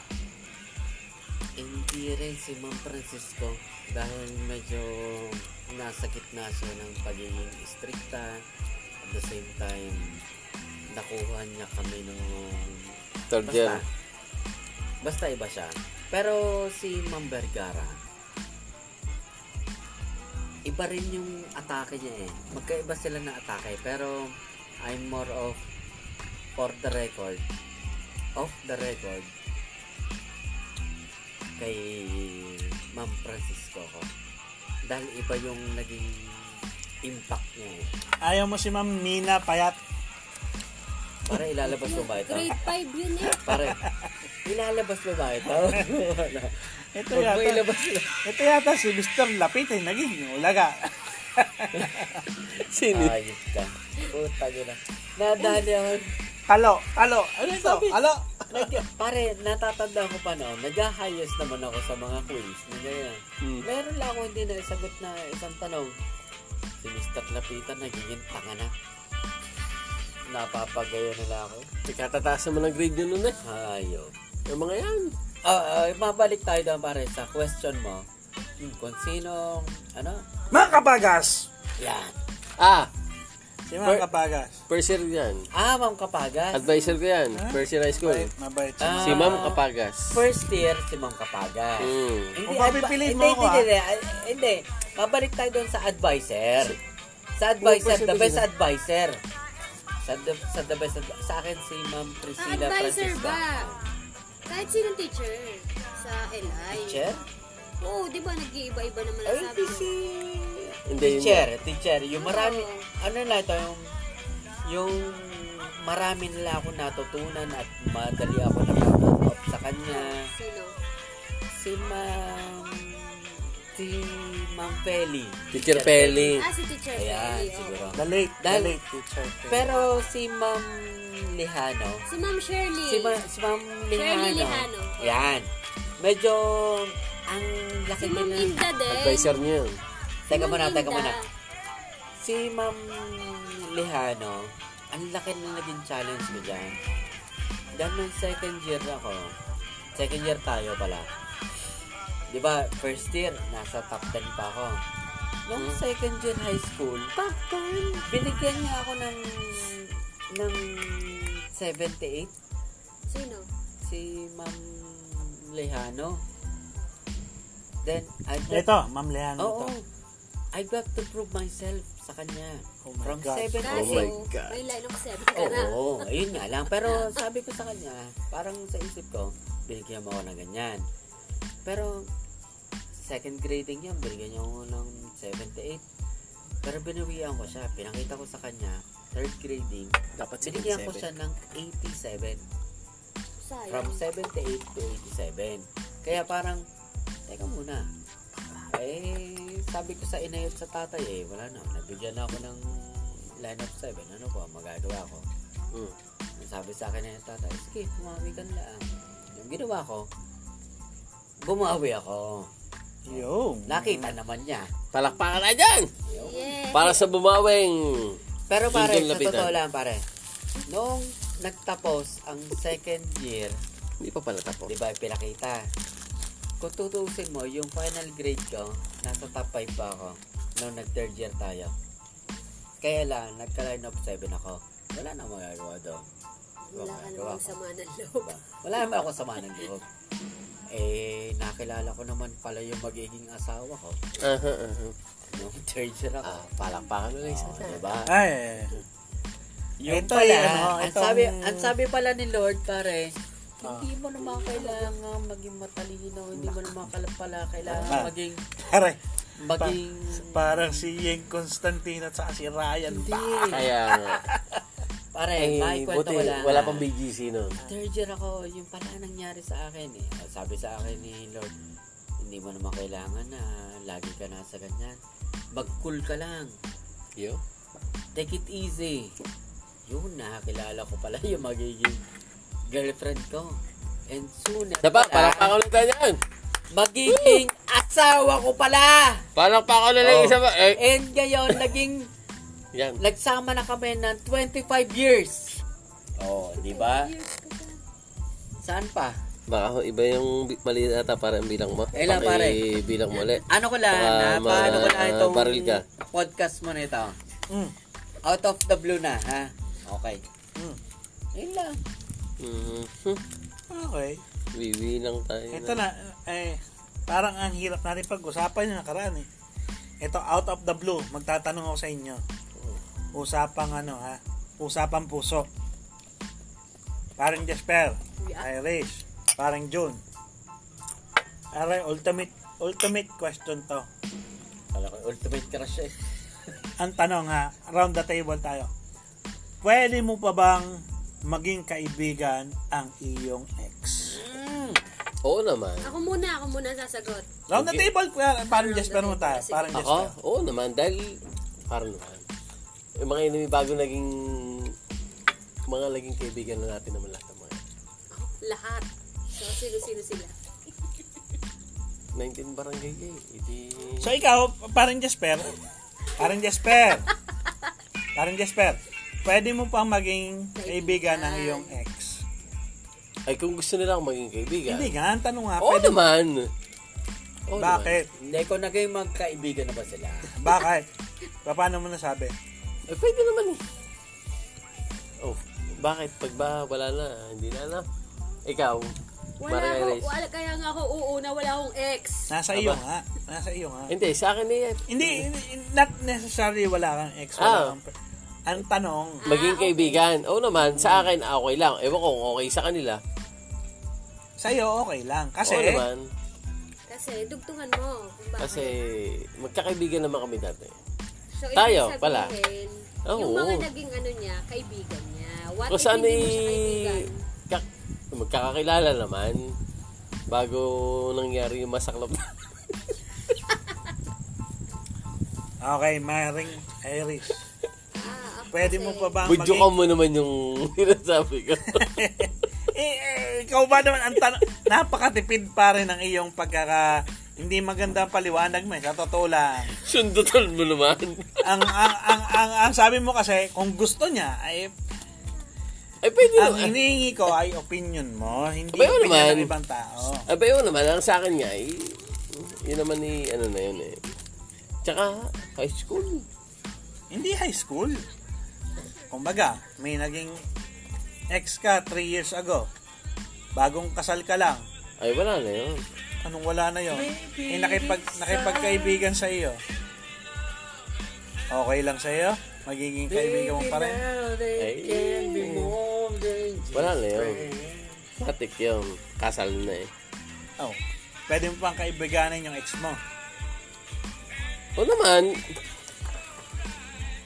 Speaker 2: hindi rin si Ma'am Francisco dahil medyo nasa gitna siya ng pagiging strikta. At the same time, nakuha niya kami nung
Speaker 4: Third
Speaker 2: Basta.
Speaker 4: year.
Speaker 2: Basta iba siya. Pero si Ma'am Vergara, iba rin yung atake niya eh. Magkaiba sila na atake. Pero I'm more of for the record, off the record, kay Ma'am Francisco ko. Dahil iba yung naging impact niya eh.
Speaker 1: Ayaw mo si Ma'am Mina Payat.
Speaker 2: Para ilalabas mo ba ito?
Speaker 3: Grade 5 yun eh.
Speaker 2: Para ilalabas mo ba ito? Wala.
Speaker 1: Ito
Speaker 2: Huwag
Speaker 1: yata,
Speaker 2: mo ilabas lang.
Speaker 1: ito yata si Mr. Lapit eh, naging ulaga.
Speaker 4: Sino?
Speaker 2: Ayos ka. Puta gina. Nadali ako.
Speaker 1: Alo, alo, ano ito?
Speaker 2: Sabi-
Speaker 1: Alo.
Speaker 2: Nag- pare, natatanda ko pa noon, nag-highest naman ako sa mga quiz. Na ganyan.
Speaker 4: Hmm.
Speaker 2: Meron lang ako hindi naisagot na isang tanong. Si Mr. Lapitan, nagiging tanga na. Napapagaya nila ako.
Speaker 4: Ikatataas naman ang grade nyo nun eh.
Speaker 2: Hayop.
Speaker 4: Yung mga yan.
Speaker 2: Ah, ah, mabalik tayo doon pare sa question mo. Hmm, Kung sino, ano?
Speaker 1: Mga kapagas!
Speaker 2: Yan.
Speaker 4: Ah,
Speaker 1: Si Mga
Speaker 4: Per-
Speaker 1: kapagas.
Speaker 4: first year yan.
Speaker 2: Ah, Ma'am Kapagas.
Speaker 4: Advisor ko yan. First year high school.
Speaker 1: Mabait, mabait. si
Speaker 2: Ah,
Speaker 4: Si Ma'am Kapagas.
Speaker 2: First year, si Ma'am Kapagas.
Speaker 1: Hmm.
Speaker 4: Mm.
Speaker 2: Hindi,
Speaker 1: Kung papipiliin
Speaker 2: advi-
Speaker 1: mo ako,
Speaker 2: hindi, hindi, hindi, ah, hindi. Mabalik tayo doon sa advisor. Sa advisor,
Speaker 4: Pwede,
Speaker 2: the
Speaker 4: pwede.
Speaker 2: best advisor. Sa the, sa the best advi- Sa akin si Ma'am
Speaker 3: Sa
Speaker 2: Priscilla
Speaker 3: Ah, advisor
Speaker 2: Francisca.
Speaker 3: ba? Kahit sinong teacher sa LI.
Speaker 2: Teacher?
Speaker 3: Oo, di ba nag-iiba-iba naman
Speaker 2: Ay,
Speaker 3: ang sabi
Speaker 2: hindi
Speaker 3: mo?
Speaker 2: si...
Speaker 4: Hindi, yun
Speaker 2: Teacher, teacher. Yung
Speaker 3: Oo.
Speaker 2: marami... Ano na ito, yung... Yung marami nila ako natutunan at madali ako nakaka-up sa kanya.
Speaker 3: Sino?
Speaker 2: Si Ma'am... Si Ma'am Feli.
Speaker 4: Teacher Pelly.
Speaker 3: Ah, si teacher.
Speaker 2: Ayan,
Speaker 3: Feli, oo.
Speaker 2: siguro.
Speaker 1: The late, the
Speaker 2: Dahil-
Speaker 1: late teacher.
Speaker 2: Pero si Ma'am Lihano,
Speaker 3: Si Ma'am Shirley.
Speaker 2: si, Ma- si Ma'am Lihano,
Speaker 3: Shirley Lihano.
Speaker 2: yan, medyo ang laki
Speaker 3: Si Ma'am
Speaker 2: nila-
Speaker 3: Inda din.
Speaker 4: Advisor niyo yun.
Speaker 3: Si
Speaker 2: Teka
Speaker 3: Ma'am
Speaker 2: muna, teka
Speaker 3: Inda.
Speaker 2: muna. Si Ma'am Lihano, ang laki na naging challenge ko dyan. Dahil nung second year ako, second year tayo pala. Di ba, first year, nasa top 10 pa ako. Nung second year high school, top 10, binigyan niya ako ng, ng 78
Speaker 3: Sino?
Speaker 2: si Ma'am Lejano. Then, I got,
Speaker 1: Ito, Ma'am Leano
Speaker 2: Oo.
Speaker 1: ito.
Speaker 2: Ano I got to prove myself sa kanya.
Speaker 1: Oh my
Speaker 2: From
Speaker 1: gosh.
Speaker 2: seven
Speaker 3: Kaso,
Speaker 4: my God.
Speaker 3: may line of seven ka na.
Speaker 2: Oo, Oh, ayun nga lang. Pero sabi ko sa kanya, parang sa isip ko, binigyan mo ako ng ganyan. Pero, second grading yan, binigyan niya ako ng 78. Pero binawian ko siya, pinakita ko sa kanya, third grading,
Speaker 4: Dapat
Speaker 2: binigyan ko siya ng 87
Speaker 3: Sayang.
Speaker 2: from 78 to 87. Kaya parang, teka muna. Eh, sabi ko sa inay at sa tatay eh, wala na. Nabigyan na ako ng line of 7. Ano po, magagawa ko.
Speaker 4: Mm.
Speaker 2: Ang Sabi sa akin ng tatay, sige, bumawi ka na lang. Yung ginawa ko, bumawi ako.
Speaker 1: Yo.
Speaker 2: Nakita naman niya.
Speaker 4: Palakpakan na dyan!
Speaker 3: Yeah.
Speaker 4: Para sa bumawing!
Speaker 2: Pero pare,
Speaker 4: Doon
Speaker 2: sa
Speaker 4: lapitan.
Speaker 2: totoo lang pare, noong nagtapos ang second year,
Speaker 4: Hindi pa pala tapos.
Speaker 2: Di ba, pinakita. Kung tutuusin mo, yung final grade ko, nasa top 5 pa ako. Noong nag-third year tayo. Kaya lang, nagka-line of 7 ako. Wala na magagawa doon.
Speaker 3: Wala ka
Speaker 2: Oh,
Speaker 3: namang sama ng loob.
Speaker 2: Diba? Wala naman ako sama ng loob. Eh, nakilala ko naman pala yung magiging asawa ko.
Speaker 4: Aha, aha.
Speaker 2: Noong third year ako.
Speaker 4: Ah, palakpakan na lang isa.
Speaker 2: Oh, diba?
Speaker 1: Ay.
Speaker 2: Yung
Speaker 1: Ito
Speaker 2: pala,
Speaker 1: yan, oh,
Speaker 2: ang,
Speaker 1: itong-
Speaker 2: sabi, ang sabi pala ni Lord, pare, hindi mo naman kailangan maging matalino, hindi mo naman kala- pala kailangan
Speaker 1: Ah.
Speaker 2: maging,
Speaker 1: Pare,
Speaker 2: maging,
Speaker 1: parang si Yeng Constantine at saka si Ryan.
Speaker 2: hindi.
Speaker 4: Kaya nga.
Speaker 2: Pare,
Speaker 4: Eh,
Speaker 2: may kwento
Speaker 4: buti,
Speaker 2: wala.
Speaker 4: wala
Speaker 2: na.
Speaker 4: pang BGC nun.
Speaker 2: Third year ako, yung pala nangyari sa akin eh. Sabi sa akin ni Lord, hindi mo naman kailangan na lagi ka nasa ganyan. Mag-cool ka lang.
Speaker 4: Yo.
Speaker 2: Take it easy. Yun, nakakilala ko pala yung magiging girlfriend ko. And soon,
Speaker 4: Dapat, palakpakan ulit tayo dyan!
Speaker 2: magiging asawa ko pala.
Speaker 4: Palakpakan na lang
Speaker 2: Oh.
Speaker 4: isa pa. Eh,
Speaker 2: And ngayon, naging,
Speaker 4: yan.
Speaker 2: nagsama na kami ng 25 years. Oh, di ba?
Speaker 3: Years ka pa.
Speaker 2: Saan pa?
Speaker 4: Baka ho, iba yung bi- mali ata para ang bilang mo.
Speaker 2: Eh, lang, pare.
Speaker 4: bilang mo ulit.
Speaker 2: Ano ko lang, na,
Speaker 4: Baka ma- ah,
Speaker 2: paano ko lang itong
Speaker 4: baril ka.
Speaker 2: podcast mo na ito?
Speaker 1: Mm.
Speaker 2: Out of the blue na, ha? Okay.
Speaker 1: Mm.
Speaker 2: Yun lang.
Speaker 4: Mhm. Hmm.
Speaker 1: Okay.
Speaker 4: Bibilang tayo.
Speaker 1: Ito na, eh, parang ang hirap natin pag-usapan yung nakaraan eh. Ito, out of the blue, magtatanong ako sa inyo. Usapang ano ha, Usapang Puso. Paring Jasper.
Speaker 3: Yeah.
Speaker 1: Irish. Paring June. Are, ultimate, ultimate question to.
Speaker 2: Kala ko, ultimate crush siya eh.
Speaker 1: Ang tanong ha, round the table tayo. Pwede mo pa bang maging kaibigan ang iyong ex?
Speaker 4: Oo naman.
Speaker 3: Ako muna, ako muna sasagot.
Speaker 1: Round the table, pa- parang Jasper mo tayo.
Speaker 3: Sige.
Speaker 1: Parang
Speaker 4: Ako?
Speaker 1: Jasper.
Speaker 4: Oo naman. Dahil, parang naman. Yung mga inumi bago naging, mga naging kaibigan na natin naman lahat ng mga.
Speaker 3: Ako, lahat. So, sino-sino sila.
Speaker 4: 19 barangay eh. Hindi,
Speaker 1: So ikaw, parang Jasper. Parang Jasper. Parang Jasper. Pwede mo pang maging kaibigan ang iyong ex.
Speaker 4: Ay, kung gusto nila akong maging kaibigan.
Speaker 1: Hindi nga, ang tanong nga,
Speaker 4: Oo
Speaker 1: pwede mo.
Speaker 4: naman. Oo
Speaker 1: Bakit?
Speaker 2: Hindi ko na kayo magkaibigan na ba sila?
Speaker 4: Oh!
Speaker 1: Bakit? eh. Paano mo nasabi?
Speaker 4: Naman. Ay, pwede naman eh. Oh, bakit? Pag ba wala na, hindi na na. Ikaw,
Speaker 3: Wala
Speaker 4: Barangay
Speaker 3: ako,
Speaker 4: Race.
Speaker 3: wala, kaya nga ako uuna, wala akong ex.
Speaker 1: Nasa iyo nga. Nasa iyo nga.
Speaker 4: Hindi, sa akin eh.
Speaker 1: Hindi, hindi- not necessarily wala kang ex.
Speaker 4: Ah.
Speaker 1: Wala kang, pre- ang tanong,
Speaker 4: Maging kaibigan. Oo naman, sa akin, ah, okay lang. Ewan ko kung okay sa kanila.
Speaker 1: sa'yo okay lang. Kasi,
Speaker 4: Oo naman.
Speaker 3: Kasi, dugtungan mo. Kung bakit.
Speaker 4: Kasi, magkakaibigan naman kami dati.
Speaker 3: so, ibig
Speaker 4: tayo,
Speaker 3: sabihin,
Speaker 4: pala.
Speaker 3: Yung
Speaker 4: Oo.
Speaker 3: mga naging ano niya, kaibigan niya. What
Speaker 4: Kung
Speaker 3: if
Speaker 4: saan
Speaker 3: hindi mo
Speaker 4: eh,
Speaker 3: siya kaibigan?
Speaker 4: kak- magkakakilala naman bago nangyari yung masaklap na.
Speaker 1: okay, maring Iris.
Speaker 3: Ah, ako
Speaker 1: Pwede
Speaker 3: kasi-
Speaker 1: mo pa ba
Speaker 4: Budyo ka mo naman yung sinasabi ko.
Speaker 1: eh, eh, ikaw ba naman ang tanong, napakatipid pa rin ang iyong pagkaka hindi maganda ang paliwanag mo eh, sa totoo lang.
Speaker 4: Sundutan mo naman.
Speaker 1: Ang, ang, ang, ang, ang sabi mo kasi, kung gusto niya, ay,
Speaker 4: Ay, pwede
Speaker 1: ang
Speaker 4: naman.
Speaker 1: hinihingi ko ay opinion mo, hindi
Speaker 4: Bayo
Speaker 1: opinion ng
Speaker 4: naman.
Speaker 1: ibang tao.
Speaker 4: Abay, yun Ah, naman. Ang sa akin nga, eh, yun naman ni, ano na yun eh. Tsaka, high school.
Speaker 1: Hindi high school. Kumbaga, may naging ex ka 3 years ago. Bagong kasal ka lang.
Speaker 4: Ay, wala na yun.
Speaker 1: Anong wala na yon? Eh, nakipag, nakipagkaibigan sa iyo. Okay lang sa iyo? Magiging kaibigan mo pa rin?
Speaker 4: Ay, wala na yun. Matik yun. Kasal na eh.
Speaker 1: Oh. Pwede mo pang kaibiganin yung ex mo.
Speaker 4: O naman,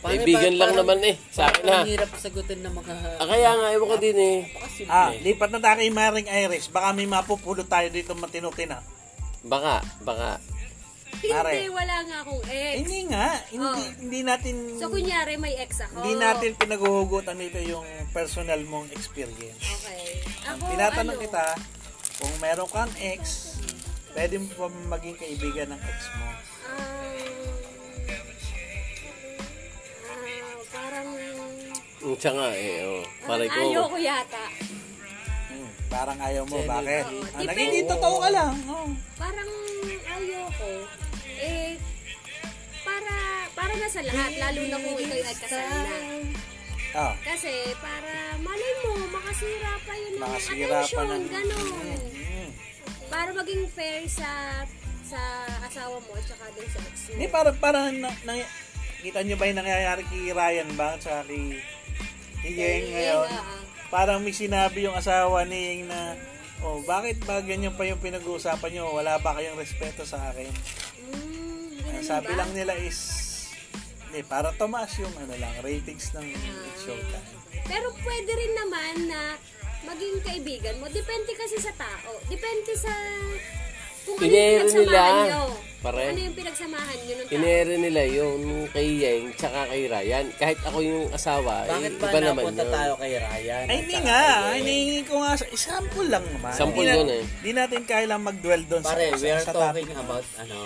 Speaker 4: kaibigan lang naman eh. Sa akin ha.
Speaker 2: Ang hirap sagutin na mga...
Speaker 4: Ah, kaya nga, ewan ko din eh.
Speaker 2: Kasi,
Speaker 1: Ah, lipat na tayo kay Maring Iris. Baka may mapupulo tayo dito matinutin ah.
Speaker 4: Baka, baka.
Speaker 1: Pare.
Speaker 3: Hindi, wala nga akong ex.
Speaker 1: Hindi nga. Hindi,
Speaker 3: Oh.
Speaker 1: hindi natin...
Speaker 3: So, Oh. kunyari, may ex ako.
Speaker 1: Hindi natin pinaguhugutan dito yung personal mong experience.
Speaker 3: Okay.
Speaker 1: Ang
Speaker 3: Ako,
Speaker 1: tinatanong
Speaker 3: ano,
Speaker 1: kita, kung meron kang ex, pwede mo pa maging kaibigan ng ex mo.
Speaker 3: Ah, parang...
Speaker 4: Mm, Siya nga eh. Oh. Paray ko.
Speaker 3: Ayoko yata.
Speaker 1: Hmm, parang ayaw mo. Bakit?
Speaker 3: Oo,
Speaker 1: Ah,
Speaker 3: depende.
Speaker 1: naging totoo ka lang. oh. oo.
Speaker 3: Parang ayoko. Eh, para para na sa lahat, lalo na kung ito ay kasal na.
Speaker 1: Ah,
Speaker 3: Kasi para malay mo, makasira pa yun ng
Speaker 1: Makasira pa
Speaker 3: attention,
Speaker 1: ng-
Speaker 3: ganun.
Speaker 1: hmm.
Speaker 3: Para maging fair sa sa asawa mo at saka dun sa ex
Speaker 1: Hindi,
Speaker 3: mo.
Speaker 1: parang, parang, na, na- kita nyo ba yung nangyayari kay Ryan ba? Sa kay, kay Yeng ngayon?
Speaker 3: Yeng, ah, ah.
Speaker 1: Parang may sinabi yung asawa ni Yeng na, oh, bakit ba ganyan pa yung pinag-uusapan nyo? Wala ba kayong respeto sa akin?
Speaker 3: Mm,
Speaker 1: Ang
Speaker 3: ganun
Speaker 1: sabi
Speaker 3: ba?
Speaker 1: lang nila is, hindi, para tumaas yung ano lang, ratings ng showtime.
Speaker 3: Pero pwede rin naman na maging kaibigan mo. Depende kasi sa tao. Depende sa kung ano yung
Speaker 4: Pinero
Speaker 3: pinagsamahan
Speaker 4: nila.
Speaker 3: nyo.
Speaker 4: Pare.
Speaker 3: Kung ano yung pinagsamahan nyo ng tao.
Speaker 4: Inere nila yun kay Yeng tsaka kay Ryan. Kahit ako yung asawa, eh,
Speaker 2: bakit ba
Speaker 4: iba naman
Speaker 2: napunta
Speaker 4: yun.
Speaker 2: tayo kay Ryan?
Speaker 1: Ay, hindi nga. Hinihingi ko nga. sa- Sample lang naman.
Speaker 4: Sample
Speaker 1: Hindi na-
Speaker 4: yun eh.
Speaker 1: Hindi natin kailang mag-dwell doon sa,
Speaker 2: Pare, we
Speaker 1: sa,
Speaker 2: are
Speaker 1: sa
Speaker 2: talking
Speaker 1: topic.
Speaker 2: about ano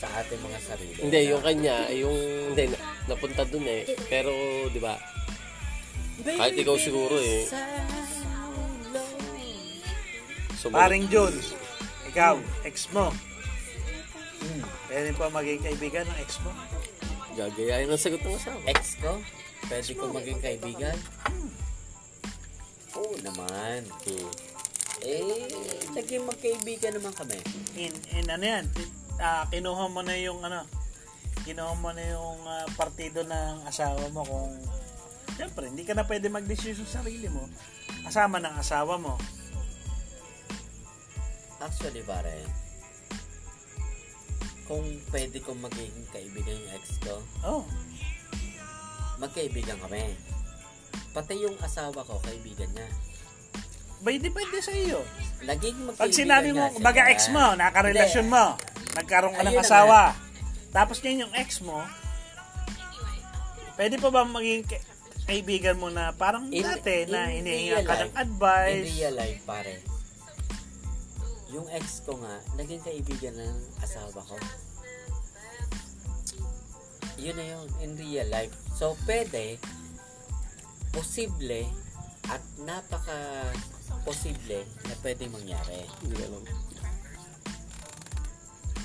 Speaker 2: sa ating mga sarili.
Speaker 4: Hindi, yung kanya, yung hindi, na- napunta dun eh. Pero, di ba? Kahit ikaw siguro eh. So,
Speaker 1: Paring June, ikaw, ex mo. Hmm, Pwede pa maging kaibigan ng ex mo.
Speaker 4: gagayain ang sagot ng asawa.
Speaker 2: Ex ko? Pwede ko maging kaibigan? Oo naman.
Speaker 4: Hmm.
Speaker 2: Eh, naging magkaibigan naman kami.
Speaker 1: In, in ano yan, ah, kinuha mo na yung ano, kinuha mo na yung ah, partido ng asawa mo kung Siyempre, hindi ka na pwede mag-decision sa sarili mo. Kasama ng asawa mo.
Speaker 2: Actually, pare, kung pwede kong magiging kaibigan yung ex ko,
Speaker 1: Oh,
Speaker 2: magkaibigan kami. Pati yung asawa ko, kaibigan niya.
Speaker 1: by depende sa iyo.
Speaker 2: Laging magkaibigan
Speaker 1: Pag sinabi mo,
Speaker 2: niya
Speaker 1: baga
Speaker 2: sila.
Speaker 1: ex mo, nakarelasyon
Speaker 2: Hindi.
Speaker 1: mo, nagkaroon ka ng
Speaker 2: Ayun na
Speaker 1: asawa, tapos ngayon yung ex mo, pwede pa ba maging ka- kaibigan mo na parang
Speaker 2: In-
Speaker 1: dati na
Speaker 2: in
Speaker 1: hinihinga
Speaker 2: real
Speaker 1: ka ng
Speaker 2: life. In
Speaker 1: advice?
Speaker 2: real life, pare. Yung ex ko nga, naging kaibigan na ng asawa ko. Yun na yun, in real life. So, pwede, posible, at napaka posible na pwede mangyari.
Speaker 4: Hindi ko alam.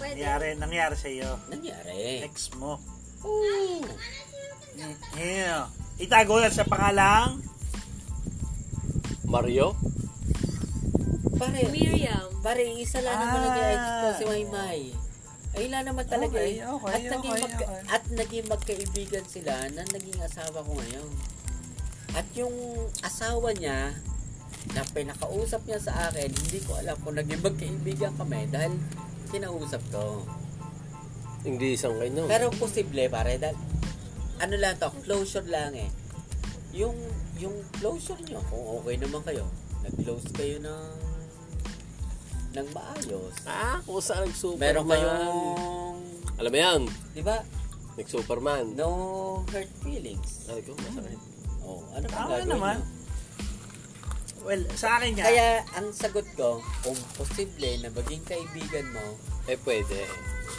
Speaker 3: Pwede.
Speaker 1: Nangyari, nangyari sa iyo.
Speaker 2: Nangyari.
Speaker 1: Ex mo.
Speaker 2: Oo.
Speaker 1: Yeah. Itago lang sa pangalang
Speaker 4: Mario?
Speaker 2: Pare,
Speaker 3: Miriam.
Speaker 2: pare, isa lang naman
Speaker 1: Ah.
Speaker 2: naging ex ko si Maymay. Ay, ilan naman talaga
Speaker 1: Okay,
Speaker 2: eh.
Speaker 1: okay,
Speaker 2: at, naging
Speaker 1: okay,
Speaker 2: magka-
Speaker 1: okay.
Speaker 2: at naging magkaibigan sila na naging asawa ko ngayon. At yung asawa niya, na pinakausap niya sa akin, hindi ko alam kung naging magkaibigan kami dahil kinausap ko.
Speaker 4: Hindi isang kayo.
Speaker 2: Pero posible pare, dahil ano lang to, closure lang eh. Yung, yung closure nyo, kung okay naman kayo, nag-close kayo ng, ng maayos.
Speaker 4: Ah, kung saan nag-superman.
Speaker 2: Meron kayong,
Speaker 4: Alam mo yan,
Speaker 2: di ba,
Speaker 4: nag-superman.
Speaker 2: no hurt feelings.
Speaker 4: Ay, ko, masakit.
Speaker 2: Oh, ano bang
Speaker 1: Tama
Speaker 2: gagawin
Speaker 1: naman.
Speaker 2: nyo?
Speaker 1: Well, sa akin nga.
Speaker 2: Kaya ang sagot ko, kung posible na maging kaibigan mo,
Speaker 4: Eh, pwede.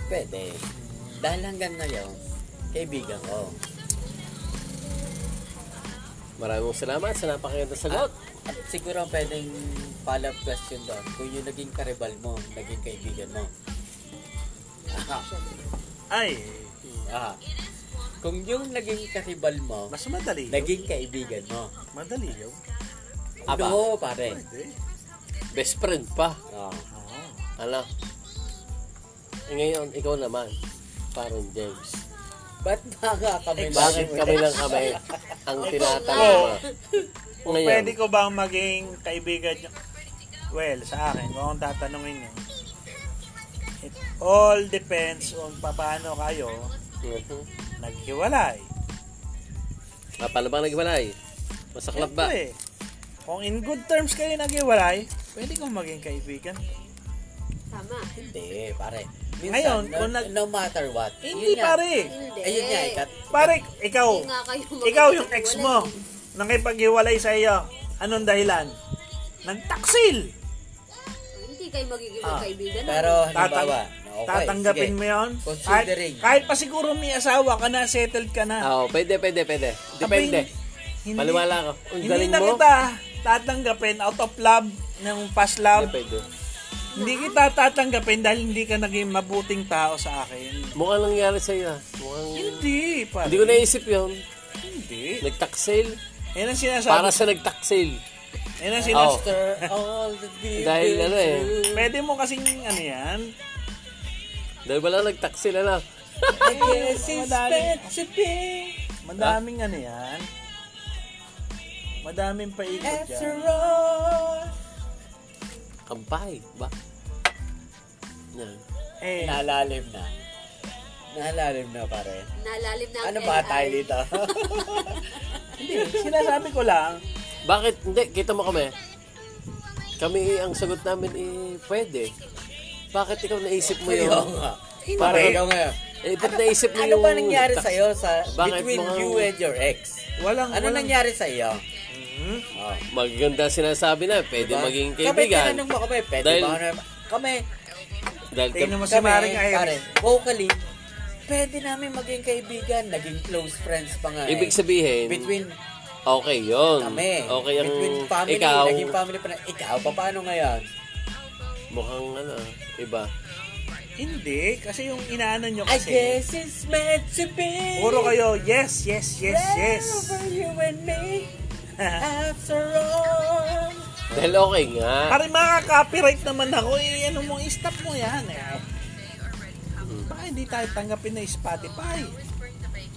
Speaker 2: pwede. Dahil hanggang ngayon, kaibigan ko.
Speaker 4: Maraming salamat sa napakaganda sagot.
Speaker 1: Ah.
Speaker 2: Ah, At siguro pwedeng follow-up question doon. Kung yung naging karibal mo, naging kaibigan mo. Aha.
Speaker 1: Ay,
Speaker 2: Aha. Ah, Kung yung naging karibal mo,
Speaker 1: Hmm. mas madali. yun.
Speaker 2: naging kaibigan mo.
Speaker 1: Madali yun.
Speaker 4: Aba.
Speaker 2: Oo, pare. Ah,
Speaker 1: Pwede.
Speaker 4: Best friend pa.
Speaker 2: Oo.
Speaker 1: Oo.
Speaker 4: Ala. Eh, ngayon, ikaw naman. Parang James.
Speaker 2: Ba't mga kami lang?
Speaker 4: Bakit kami lang kami ang tinatanong?
Speaker 1: Oo.
Speaker 4: mo?
Speaker 1: Oh. Pwede
Speaker 4: Ngayon,
Speaker 1: ko bang maging kaibigan nyo? Well, sa akin, kung akong tatanungin nyo, it all depends on paano kayo
Speaker 4: Mhm.
Speaker 1: naghiwalay.
Speaker 4: Ah, paano ba nagbalay? Masaklap ba?
Speaker 1: Siyempre, kung in good terms kayo naghiwalay, pwede kong maging kaibigan.
Speaker 3: Tama.
Speaker 2: Hindi, pare. Minsan,
Speaker 1: Ngayon,
Speaker 2: no,
Speaker 1: kung nag-
Speaker 2: no matter what.
Speaker 1: Hindi,
Speaker 2: yun nga.
Speaker 1: pare.
Speaker 3: Hindi.
Speaker 2: Ayun nga, eh, ikat.
Speaker 4: Ano?
Speaker 1: Pare, ikaw,
Speaker 3: Hindi nga kayo
Speaker 1: ikaw yung ex
Speaker 3: magkakaiwalay.
Speaker 1: mo, nakipaghiwalay sa iyo, anong dahilan? Nagtaksil!
Speaker 3: Hindi kayo magiging
Speaker 1: Ah,
Speaker 3: magkaibigan.
Speaker 2: Pero,
Speaker 1: Tatang-
Speaker 2: halimbawa, okay,
Speaker 1: Tatanggapin
Speaker 2: sige.
Speaker 1: mo yun? Kahit,
Speaker 2: Considering.
Speaker 1: kahit pa siguro may asawa ka na, settled ka na.
Speaker 4: Ah, Oo, pwede, pwede, pwede. Depende.
Speaker 1: Hindi-
Speaker 4: Paliwala ka. Ang
Speaker 1: Hindi
Speaker 4: galing
Speaker 1: na
Speaker 4: mo.
Speaker 1: kita tatanggapin out of love ng past love.
Speaker 4: Hindi pwede.
Speaker 1: Hindi kita tatanggapin dahil hindi ka naging mabuting tao sa akin.
Speaker 4: Mukhang nangyari sa'yo. ah. Mukhang...
Speaker 1: Hindi, pare.
Speaker 4: Hindi ko naisip yun.
Speaker 1: Hindi.
Speaker 4: Nagtaksil.
Speaker 1: Yan ang sinasabi.
Speaker 4: Para sa nagtaksil.
Speaker 1: Yan ang sinasabi.
Speaker 2: After all the beauty.
Speaker 4: Dahil ano eh.
Speaker 1: Pwede mo kasing ano yan.
Speaker 4: Dahil wala nagtaksil, ano?
Speaker 2: Yes, it's
Speaker 1: Madali.
Speaker 2: fancy
Speaker 1: Madaming ano yan. Madaming paikot
Speaker 2: After
Speaker 1: yan.
Speaker 2: all.
Speaker 4: Kampay. Ba? Yan.
Speaker 1: Eh,
Speaker 2: Nalalim na. Nalalim na pare.
Speaker 3: Nalalim na ang
Speaker 2: Ano ba
Speaker 3: LI?
Speaker 2: tayo dito?
Speaker 1: hindi. Sinasabi ko lang.
Speaker 4: Bakit? Hindi, kita mo kami. Kami, ang sagot namin, eh, pwede. Bakit ikaw naisip mo yun?
Speaker 2: Kuya nga. Pare, ikaw ngayon.
Speaker 4: Eh, ba't naisip mo
Speaker 2: Ano
Speaker 4: yung...
Speaker 2: ba nangyari
Speaker 4: nagtaks-
Speaker 2: sa'yo sa
Speaker 4: Bakit
Speaker 2: between
Speaker 4: mga-
Speaker 2: you and your ex?
Speaker 1: Walang,
Speaker 2: Ano
Speaker 1: walang,
Speaker 2: nangyari sa'yo?
Speaker 1: Mhm.
Speaker 2: Oh.
Speaker 4: Maganda sinasabi na, pwede
Speaker 2: Diba?
Speaker 4: maging
Speaker 2: Kami,
Speaker 4: kaibigan.
Speaker 2: tinanong mo kami, pwede
Speaker 4: Dahil-
Speaker 2: ba? na- Kami,
Speaker 4: Dahil
Speaker 1: Tingnan mo si
Speaker 2: kami,
Speaker 1: Maring
Speaker 2: pare,
Speaker 1: Iris.
Speaker 2: vocally, pwede namin maging kaibigan, naging close friends pa nga. eh.
Speaker 4: ibig sabihin,
Speaker 2: between
Speaker 4: okay yun.
Speaker 2: kami,
Speaker 4: Okay ang
Speaker 2: between family,
Speaker 4: ikaw,
Speaker 2: naging family pa na, ikaw, pa, paano ngayon?
Speaker 4: mukhang ano, iba.
Speaker 1: Hindi. Kasi yung inaano nyo
Speaker 2: I
Speaker 1: kasi.
Speaker 2: guess it's meant to be.
Speaker 1: Puro kayo, yes, yes, yes, yes.
Speaker 2: Over you and me, after all.
Speaker 4: Dahil okay nga.
Speaker 1: Pare, makaka-copyright naman ako. Eh, ano mo, stop mo yan. Eh. Baka hindi tayo tanggapin na Spotify.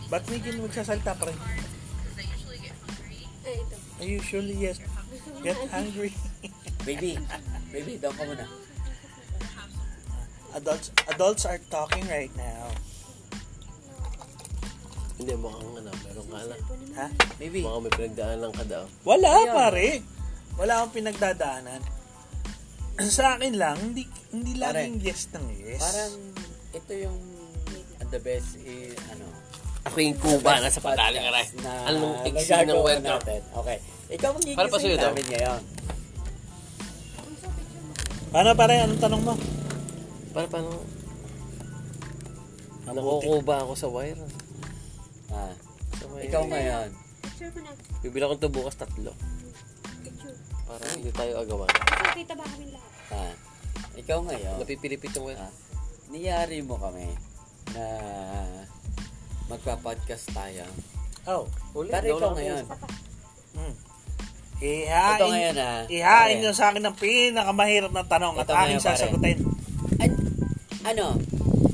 Speaker 1: Ba't may ganun magsasalta, pare?
Speaker 3: Eh,
Speaker 1: I usually yes, get hungry.
Speaker 2: Baby, baby, down ka muna.
Speaker 1: Adults adults are talking right now.
Speaker 4: Hindi, mukhang ano, meron ka na.
Speaker 1: Ha?
Speaker 2: Baby,
Speaker 4: Mukhang may pinagdaanan ka daw.
Speaker 1: Wala pare. Wala akong pinagdadaanan. Sa akin lang, hindi, hindi
Speaker 2: Pare.
Speaker 1: laging yes ng yes.
Speaker 2: parang ito yung uh, the best is ano.
Speaker 4: Ako yung kuba na sa padaling aray.
Speaker 2: podcast na
Speaker 4: Anong tiksi ng
Speaker 2: nagagawa
Speaker 4: welcome?
Speaker 2: natin. Okay. Ikaw ang
Speaker 4: Para pa sa'yo
Speaker 2: gigising
Speaker 4: daw.
Speaker 2: namin ngayon.
Speaker 1: Paano pare? Anong tanong mo?
Speaker 4: Para paano?
Speaker 1: Mabuti.
Speaker 4: Nakukuba ako sa wire.
Speaker 2: Ah,
Speaker 4: Sa wire.
Speaker 2: ikaw ngayon.
Speaker 3: Picture ko na.
Speaker 4: Bibila ko ito bukas tatlo.
Speaker 3: Picture.
Speaker 4: Para hindi tayo agawan.
Speaker 3: Kasi kita ba kami lahat?
Speaker 2: Ah, ikaw ngayon.
Speaker 4: Napipilipit yung wire.
Speaker 2: Ah, niyari mo kami na magpa-podcast tayo.
Speaker 1: Oh.
Speaker 4: Ulit,
Speaker 2: Pero
Speaker 4: daw
Speaker 2: ikaw
Speaker 4: lang
Speaker 2: ngayon.
Speaker 1: Mm. Ihain,
Speaker 2: Ito ngayon, ah.
Speaker 1: Ihain
Speaker 2: Pare.
Speaker 1: nyo sa akin ang pinakamahirap na tanong at
Speaker 2: Ito
Speaker 1: aking
Speaker 2: ngayon, pare.
Speaker 1: sasagutin.
Speaker 2: An- ano?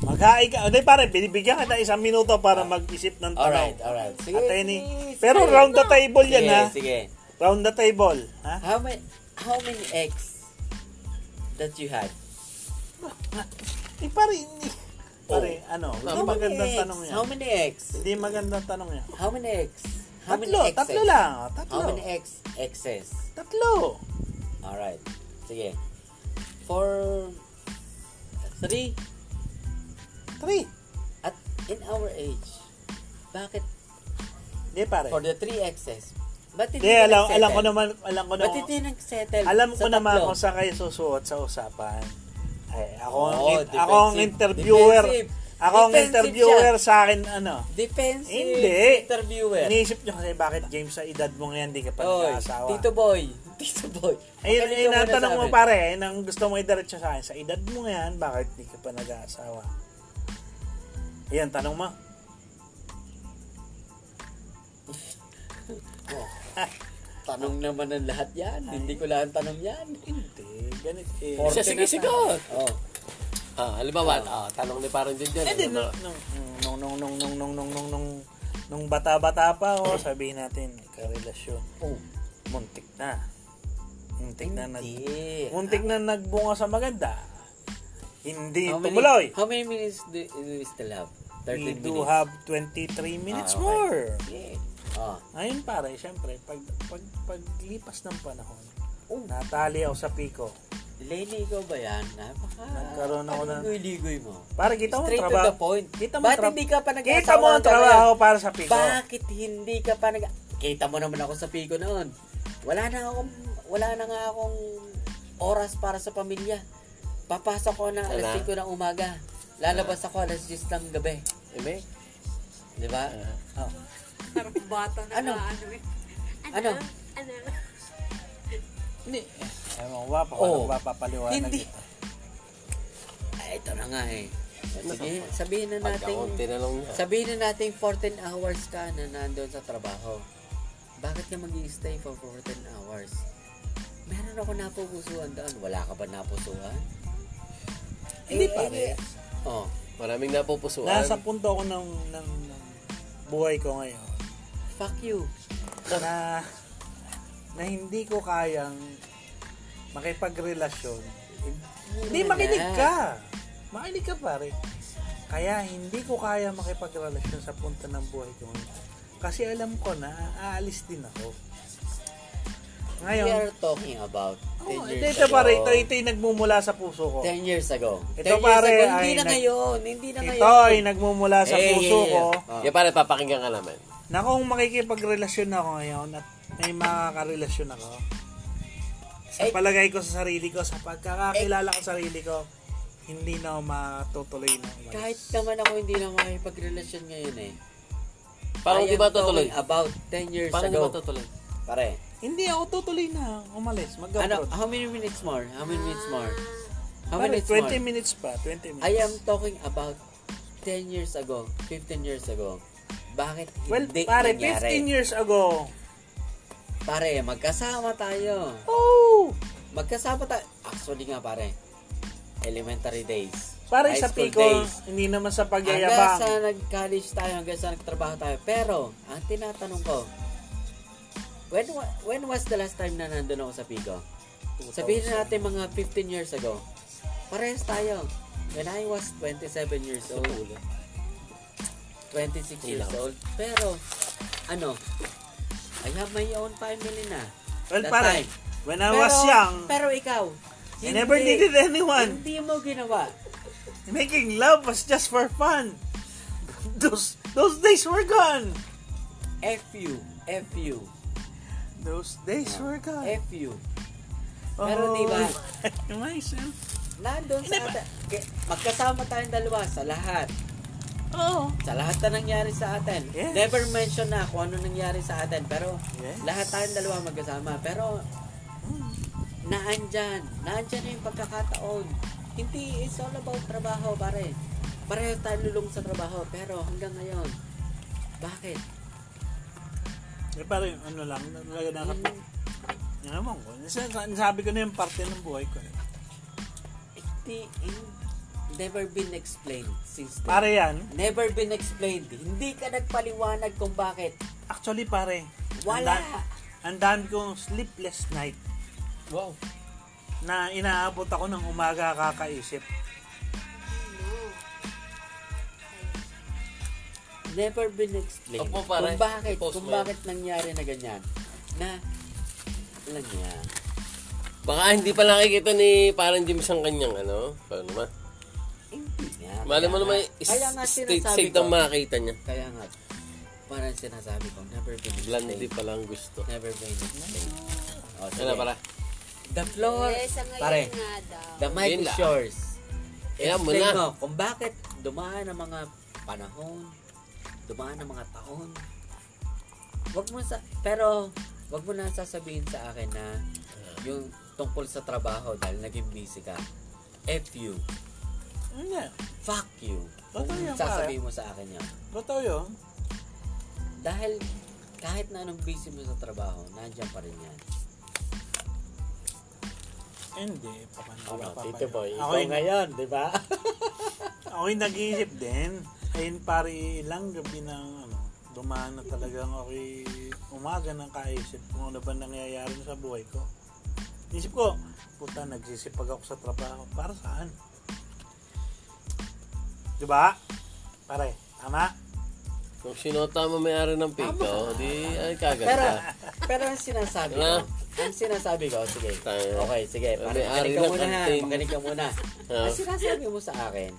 Speaker 1: Maghain ka. Hindi pare, binibigyan ka na isang minuto para mag-isip ng
Speaker 2: Ah. Alright,
Speaker 1: tanong.
Speaker 2: alright. Sige,
Speaker 1: At
Speaker 2: sige,
Speaker 1: any,
Speaker 2: sige.
Speaker 1: pero round the table yan
Speaker 2: sige,
Speaker 1: ha.
Speaker 2: Sige.
Speaker 1: Round the table. Ha?
Speaker 2: How many, how many eggs that you had?
Speaker 1: Eh pare, hindi. Pare, ano? Hindi
Speaker 2: Oh. How many
Speaker 1: magandang
Speaker 2: eggs?
Speaker 1: tanong yan.
Speaker 2: How many eggs?
Speaker 1: Hindi magandang tanong yan.
Speaker 2: How many eggs? How many
Speaker 1: Tatlo,
Speaker 2: eggs? eh?
Speaker 1: tatlo lang. oh, Tatlo.
Speaker 2: How many eggs? X's.
Speaker 1: Tatlo.
Speaker 2: Alright. Sige. For three
Speaker 1: Three.
Speaker 2: at in our age, bakit
Speaker 1: Hindi pare.
Speaker 2: for the three X's? Ba't hindi
Speaker 1: Hindi,
Speaker 2: ka
Speaker 1: alam,
Speaker 2: nagsettle?
Speaker 1: alam ko naman, alam ko
Speaker 2: eh. Ba't
Speaker 1: naman.
Speaker 2: hindi nagsettle?
Speaker 1: Alam
Speaker 2: sa
Speaker 1: ko naman
Speaker 2: tatlo?
Speaker 1: kung saan kayo susuot sa usapan. Ay, ako, ang,
Speaker 2: Oo,
Speaker 1: in- ako ang
Speaker 2: defensive.
Speaker 1: interviewer.
Speaker 2: Defensive.
Speaker 1: Ako ang
Speaker 2: Defensive
Speaker 1: interviewer sa akin, ano.
Speaker 2: Defensive
Speaker 1: Hindi.
Speaker 2: interviewer.
Speaker 1: Iniisip nyo kasi bakit James sa edad mo ngayon di ka pa
Speaker 2: Oy,
Speaker 1: nag-aasawa.
Speaker 2: Tito Boy. Tito Boy.
Speaker 1: Ayun, ayun
Speaker 2: Makinig ka muna
Speaker 1: ang tanong
Speaker 2: sa
Speaker 1: mo
Speaker 2: amin.
Speaker 1: pare, ayun ang gusto mo idiretso sa akin. Sa edad mo ngayon, bakit di ka pa nag-aasawa? Ayan, tanong mo.
Speaker 2: Tanong naman ng lahat yan. Hindi ko lang tanong yan.
Speaker 1: Hindi, ganit eh.
Speaker 2: Forte
Speaker 4: Sige, sige,
Speaker 2: na
Speaker 4: sige.
Speaker 2: tayo. Oh.
Speaker 4: Ah, halimbawa, ah, tanong ni parang dyan ano, dyan.
Speaker 1: Eh, di, nung, nung, nung, nung, nung, nung, nung, nung, nung, nung, nung bata-bata pa, oh, sabihin natin, karelasyon.
Speaker 2: Oh.
Speaker 1: Muntik na. Muntik na nag...
Speaker 2: Hindi.
Speaker 1: Muntik na nagbunga sa maganda. Hindi
Speaker 2: How many-
Speaker 1: tumuloy.
Speaker 2: How many minutes do do we still have?
Speaker 1: We
Speaker 2: 13
Speaker 1: do
Speaker 2: minutes.
Speaker 1: have 23 minutes
Speaker 2: Ah, okay.
Speaker 1: more.
Speaker 2: Yeah. Ah.
Speaker 1: Ngayon pare, syempre, pag, pag, paglipas ng panahon,
Speaker 2: Oh.
Speaker 1: natali ako sa piko.
Speaker 2: Lenny, ikaw ba yan? Napaka...
Speaker 1: Nagkaroon ako ng-
Speaker 2: Paligoy-ligoy mo.
Speaker 1: Para kita mo ang
Speaker 2: Straight
Speaker 1: trabaho.
Speaker 2: to the point.
Speaker 1: Kita mo ang
Speaker 2: Ba't
Speaker 1: tra-
Speaker 2: hindi ka pa nag
Speaker 1: Kita mo ang trabaho para sa piko.
Speaker 2: Bakit hindi ka pa nag... Kita mo naman ako sa Pico noon. Wala na akong... Wala na nga akong oras para sa pamilya. Papasok ko ng alas
Speaker 4: Wala.
Speaker 2: 5 ng umaga. Lalabas ako alas 10 ng gabi.
Speaker 4: Eme,
Speaker 2: Di ba? Oh.
Speaker 5: Parang bata na
Speaker 2: Ano?
Speaker 5: ano? ano eh.
Speaker 2: Ano?
Speaker 3: Ano?
Speaker 1: Hindi. Ewan ko ba, pa,
Speaker 2: Oo.
Speaker 1: paano ba papaliwanag
Speaker 2: Oh. Hindi.
Speaker 1: ito?
Speaker 2: Ah, ito na nga eh. Sige, sabihin na
Speaker 4: pagka
Speaker 2: natin...
Speaker 4: kung tinanong niya.
Speaker 2: Sabihin na natin 14 hours ka na nandun sa trabaho. Bakit ka mag stay for 14 hours? Meron ako napupusuan doon. Wala ka ba napusuan?
Speaker 1: Hindi
Speaker 2: Eh,
Speaker 1: pare.
Speaker 2: eh, Oh.
Speaker 4: Maraming napupusuan.
Speaker 1: Nasa punto ako ng, ng, ng buhay ko ngayon.
Speaker 2: Fuck you.
Speaker 1: na na hindi ko kayang makipagrelasyon. Hindi, makinig ka. Makinig ka, pare. Kaya hindi ko kaya makipagrelasyon sa punta ng buhay ko. Kasi alam ko na aalis din ako.
Speaker 2: We
Speaker 1: Ngayon,
Speaker 2: are talking about 10
Speaker 1: oh,
Speaker 2: years
Speaker 1: ito
Speaker 2: ago.
Speaker 1: pare, ito, ito yung nagmumula sa puso ko.
Speaker 2: 10 years ago.
Speaker 1: Ito,
Speaker 2: 10 years
Speaker 1: pare,
Speaker 2: ago,
Speaker 1: ay
Speaker 2: Hindi na
Speaker 1: nag-
Speaker 2: ngayon. Hindi na ngayon.
Speaker 1: Ito ay nagmumula sa
Speaker 2: Eh,
Speaker 1: puso
Speaker 2: yeah,
Speaker 1: ko
Speaker 2: yeah. Oh.
Speaker 4: Yan para Ah. papakinggan ka naman.
Speaker 1: na kung makikipagrelasyon ako ngayon at may makakarelasyon ako, sa
Speaker 2: Eh,
Speaker 1: palagay ko sa sarili ko, sa pagkakakilala ko sa sarili ko, hindi na ako matutuloy na umalis.
Speaker 2: kahit naman ako hindi na makipagrelasyon ngayon eh.
Speaker 4: Parang
Speaker 2: I
Speaker 4: di
Speaker 2: am
Speaker 4: ba tutuloy?
Speaker 2: talking about 10 years
Speaker 4: Parang di
Speaker 2: ago.
Speaker 4: ba tutuloy?
Speaker 2: Pare.
Speaker 1: Hindi ako tutuloy na umalis.
Speaker 2: Ano,
Speaker 1: Mag-abroad.
Speaker 2: how many minutes more? How many minutes more? How
Speaker 1: Pare,
Speaker 2: many minutes
Speaker 1: 20
Speaker 2: more?
Speaker 1: minutes pa. 20 minutes.
Speaker 2: I am talking about 10 years ago, 15 years ago. Bakit
Speaker 1: Well,
Speaker 2: hindi
Speaker 1: pare,
Speaker 2: nangyari?
Speaker 1: 15 years ago.
Speaker 2: Pare, magkasama tayo.
Speaker 1: Oh!
Speaker 2: Magkasama tayo. Actually nga pare, elementary days.
Speaker 1: Pare,
Speaker 2: high
Speaker 1: sa
Speaker 2: school
Speaker 1: piko,
Speaker 2: days.
Speaker 1: hindi naman sa
Speaker 2: Hanggang sa
Speaker 1: pagyayabang.
Speaker 2: nag-college tayo, hanggang sa nagtrabaho tayo. Pero, ang tinatanong ko, When, wa- when was the last time na nandun ako sa Pico? Sabihin na natin mga 15 years ago. Parehas tayo. When I was 27 years old. 26 years old. Pero, ano, I have my own family na.
Speaker 1: Well,
Speaker 2: That
Speaker 1: pare,
Speaker 2: time.
Speaker 1: when I was young,
Speaker 2: Pero ikaw,
Speaker 1: I never dated anyone.
Speaker 2: Hindi mo ginawa.
Speaker 1: Making love was just for fun. Those those days were gone.
Speaker 2: F you. F you.
Speaker 1: Those days were gone.
Speaker 2: F you. Eh, Pero di ba,
Speaker 1: Oh, myself.
Speaker 2: nandun sa ata, ke- magkasama tayong dalawa sa lahat.
Speaker 1: Oo.
Speaker 2: Sa lahat na nangyari sa atin.
Speaker 1: Yes.
Speaker 2: Never mention na kung ano nangyari sa atin. Pero
Speaker 1: Yes.
Speaker 2: lahat tayong dalawa magkasama. Pero naandyan. Naandyan na yung pagkakataon. Hindi, it's all about trabaho, pare. Pareho tayong lulong sa trabaho. Pero hanggang ngayon, bakit?
Speaker 1: Eh, parang ano lang, talaga Ano nakapag...
Speaker 2: Mm.
Speaker 1: Yan naman ko. Sabi ko na yung parte ng buhay ko. eh.
Speaker 2: Hindi, in- never been explained since then.
Speaker 1: Pare yan.
Speaker 2: Never been explained. Hindi ka nagpaliwanag kung bakit.
Speaker 1: Actually, pare.
Speaker 2: Wala.
Speaker 1: ang da- Ang dami kong sleepless night
Speaker 4: Wow.
Speaker 1: na inaabot ako ng umaga kakaisip.
Speaker 2: Never been explained.
Speaker 4: Opo, pare.
Speaker 2: Kung bakit,
Speaker 4: I-post
Speaker 2: kung
Speaker 4: mo yan.
Speaker 2: bakit nangyari na ganyan. Na, alam niya.
Speaker 4: Baka hindi pa nakikita ni parang James ang kanyang ano. Paano naman?
Speaker 2: Hindi nga.
Speaker 4: Malam mo
Speaker 2: Kaya
Speaker 4: naman,
Speaker 2: nga-
Speaker 4: is,
Speaker 2: kaya nga
Speaker 4: state
Speaker 2: sinasabi
Speaker 4: safe
Speaker 2: ko.
Speaker 4: ang makakita niya.
Speaker 2: Kaya nga, parang sinasabi ko, never been
Speaker 4: Blondie
Speaker 2: explained.
Speaker 4: pa lang gusto.
Speaker 2: Never been explained. O, sige.
Speaker 4: Ano para?
Speaker 2: The floor,
Speaker 3: Yes, ang
Speaker 2: pare,
Speaker 3: ngayon nga daw.
Speaker 2: the mic
Speaker 4: Yun
Speaker 2: is
Speaker 4: lang.
Speaker 2: yours.
Speaker 4: Kaya mo
Speaker 2: Explain
Speaker 4: na.
Speaker 2: mo kung bakit dumaan ang mga panahon, dumaan ang mga taon. Wag mo sa pero wag mo na sasabihin sa akin na yung tungkol sa trabaho dahil naging busy ka. F you.
Speaker 1: Ano yan?
Speaker 2: Fuck you. Kung
Speaker 1: Totoo yan,
Speaker 2: sasabihin mo sa akin yan.
Speaker 1: Totoo yun.
Speaker 2: Dahil kahit na anong busy mo sa trabaho, nandiyan pa rin yan.
Speaker 1: Hindi. Paano wala pa
Speaker 2: Ano, Tito
Speaker 1: pa
Speaker 2: Boy,
Speaker 1: yun.
Speaker 2: ikaw
Speaker 1: Ako'y-
Speaker 2: ngayon, di ba?
Speaker 1: Ako'y nag-iisip din. Ayun pare, ilang gabi ng ano, dumaan na talagang ako'y umaga ng kaisip kung ano ba nangyayari sa buhay ko. Isip ko, puta, nagsisipag ako sa trabaho. Para saan? Diba? Pare, tama?
Speaker 4: Kung sinota mo may-ari ng pito, di ay
Speaker 2: Pero,
Speaker 4: kaganda.
Speaker 2: pero ang sinasabi ko,
Speaker 4: Ano?
Speaker 2: ang sinasabi ko, sige,
Speaker 4: Tayo.
Speaker 2: okay, sige,
Speaker 4: May
Speaker 2: parang
Speaker 4: ari
Speaker 2: makinig ka
Speaker 4: lang
Speaker 2: muna,
Speaker 4: ang
Speaker 2: ha,
Speaker 4: ting.
Speaker 2: makinig ka muna.
Speaker 4: Ah.
Speaker 2: Ang sinasabi mo sa akin,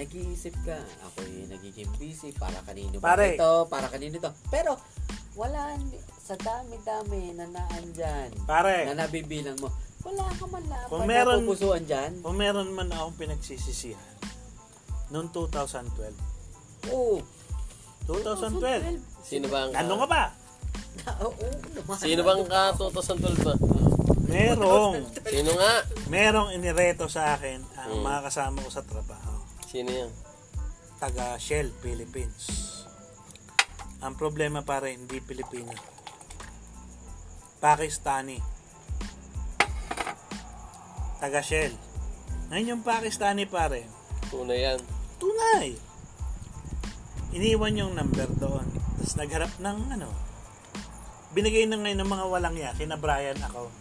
Speaker 2: nag-iisip ka, ako yung nagiging busy, para kanino ba
Speaker 1: Pare.
Speaker 2: ito, para kanino ito. Pero, wala, ni- sa dami-dami na naandyan,
Speaker 1: Pare.
Speaker 2: na nabibilang mo, wala ka man na,
Speaker 1: Kung
Speaker 2: pag
Speaker 1: meron-
Speaker 2: napupusuan dyan,
Speaker 1: Kung meron man akong pinagsisisihan, noong 2012.
Speaker 2: oo,
Speaker 1: 2012.
Speaker 4: Sino ba ang ka?
Speaker 1: Ano ka ba?
Speaker 2: oo, naman.
Speaker 4: Sino bang ka 2012 ba?
Speaker 1: Merong,
Speaker 4: Sino nga?
Speaker 1: merong inireto sa akin ang
Speaker 4: Hmm.
Speaker 1: mga kasama ko sa trabaho.
Speaker 4: Sino yan?
Speaker 1: taga Shell, Philippines. Ang problema pare, hindi Pilipino. Pakistani. Taga Shell. Ngayon yung Pakistani pare,
Speaker 4: Tunay yan.
Speaker 1: tunay. Iniwan yung number doon. Tapos nagharap ng ano. Binigay na ngayon ng mga walang ya. Kina Brian ako.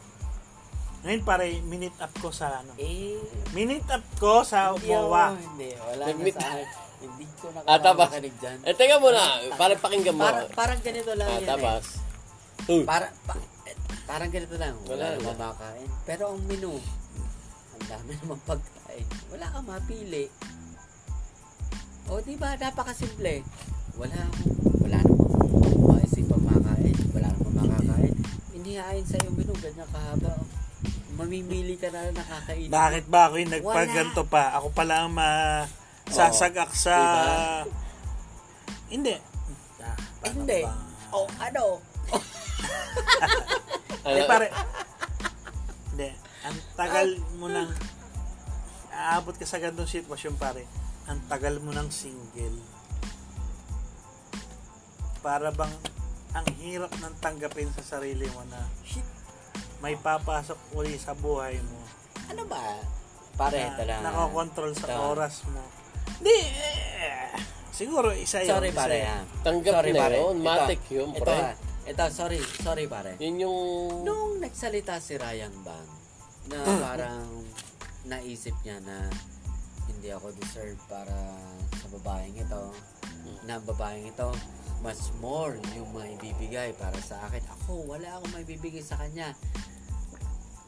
Speaker 1: Ngayon pare, minute up ko sa ano.
Speaker 2: Eh,
Speaker 1: Minute up ko sa
Speaker 2: Hindi ako,
Speaker 1: Mowa.
Speaker 2: Hindi, wala na
Speaker 4: Nagmit-
Speaker 2: sa akin. Hindi ko
Speaker 4: Ah,
Speaker 2: nakakamakinig
Speaker 4: tapos.
Speaker 2: makinig dyan.
Speaker 4: Eh, teka muna. Parang pakinggan mo.
Speaker 2: Parang, parang ganito lang
Speaker 4: Ah,
Speaker 2: yan eh.
Speaker 4: tapos. Uy,
Speaker 2: Para, pa- eh, parang ganito lang.
Speaker 4: Wala
Speaker 2: Wala,
Speaker 4: na.
Speaker 2: namang makakain. Pero ang menu, ang dami naman pagkain. Wala kang mapili. O di ba, napakasimple. Wala akong, wala namang maisipang makakain. Wala namang makakain. Inihain sa'yo menu, ganyan kahaba. Mamimili ka na lang nakakain.
Speaker 1: Bakit ba ako yung nagpaganto pa? Ako pala ang masasagak sa... Hindi. Ah, paano
Speaker 2: Hindi.
Speaker 1: ba?
Speaker 2: O ano?
Speaker 1: Eh,
Speaker 4: ano,
Speaker 1: pare. Hindi. Ang tagal mo nang... Aabot ka sa ganitong sitwasyon, pare. Ang tagal mo nang single. Para bang ang hirap nang tanggapin sa sarili mo na
Speaker 2: Shit.
Speaker 1: may papasok uli sa buhay mo.
Speaker 2: Ano ba? Pare,
Speaker 1: na
Speaker 2: ito lang.
Speaker 1: nakokontrol Ah, sa
Speaker 2: Ito.
Speaker 1: oras mo. Hindi. eh, Siguro isa yun.
Speaker 2: Sorry
Speaker 1: isa
Speaker 2: pare
Speaker 1: yun.
Speaker 2: ah. ha.
Speaker 4: Tanggap
Speaker 2: Sorry
Speaker 4: na
Speaker 2: pare.
Speaker 4: yun. Matik
Speaker 2: Ito,
Speaker 4: yun,
Speaker 2: ito,
Speaker 4: pre.
Speaker 2: ha. Ito, sorry, sorry pare.
Speaker 4: Yun yung...
Speaker 2: Nung nagsalita si Ryan Bang, na parang naisip niya na hindi ako deserve para sa babaeng ito, na ang babaeng ito, mas more yung may bibigay para sa akin. Ako, wala akong may bibigay sa kanya.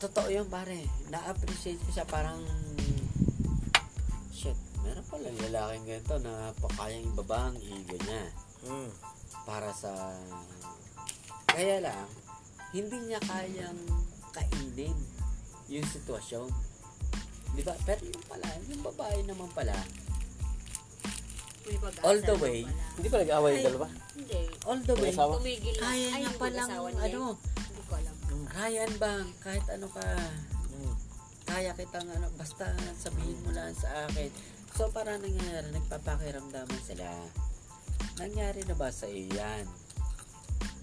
Speaker 2: Totoo yun, pare. Na-appreciate ko siya parang... Shit, meron pala lalaking ganito na pakayang eh, ibaba ang ego niya
Speaker 1: Mm.
Speaker 2: para sa kaya lang hindi niya kayang kainin yung sitwasyon di ba pero yung pala yung babae naman pala
Speaker 3: May pag-asa
Speaker 2: all the
Speaker 3: naman
Speaker 2: way
Speaker 3: pala.
Speaker 4: Hindi pa nag-away yung dalawa?
Speaker 3: Hindi.
Speaker 2: all the way
Speaker 4: Asawa?
Speaker 3: Tumigil na.
Speaker 2: kaya
Speaker 3: Ay,
Speaker 2: niya
Speaker 3: hindi
Speaker 2: palang
Speaker 3: asawa niya.
Speaker 2: ano
Speaker 3: Hindi ko alam.
Speaker 2: Ryan bang kahit ano ka kaya kitang ano basta sabihin mo lang sa akin so para nangyayari nagpapakiramdaman sila nangyari na ba sa iyo yan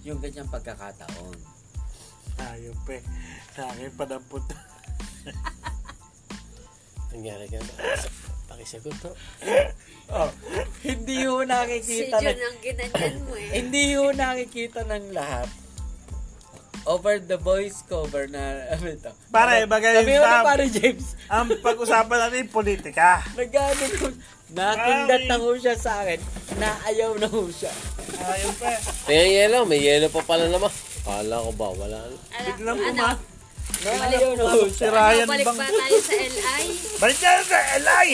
Speaker 2: yung ganyang pagkakataon
Speaker 1: Tayo pe. Sa akin padampot.
Speaker 4: Nangyari ka na. Pakisagot to.
Speaker 2: Oh, hindi ho
Speaker 3: Si
Speaker 2: nakikita
Speaker 3: Jun
Speaker 2: ng
Speaker 3: ang ginanyan mo eh.
Speaker 2: hindi ho nakikita ng lahat. Over the voice cover na ano ito.
Speaker 1: Pare, bagay
Speaker 2: Sabi mo na
Speaker 1: sa-
Speaker 2: pare James.
Speaker 1: Ang pag-usapan natin politika.
Speaker 2: Nagano ko. Nakinggat na ho siya sa akin. Naayaw na ho siya.
Speaker 1: Ayun eh. pe.
Speaker 4: May yellow, may yellow pa pala naman. Kala ko ba, wala na.
Speaker 3: Ala,
Speaker 1: Biglang
Speaker 3: ano,
Speaker 1: uma.
Speaker 2: Naayaw na ho
Speaker 1: Si
Speaker 2: siya.
Speaker 1: Ryan
Speaker 3: Balik
Speaker 1: bang.
Speaker 3: pa tayo sa LI.
Speaker 1: Balik tayo sa LI!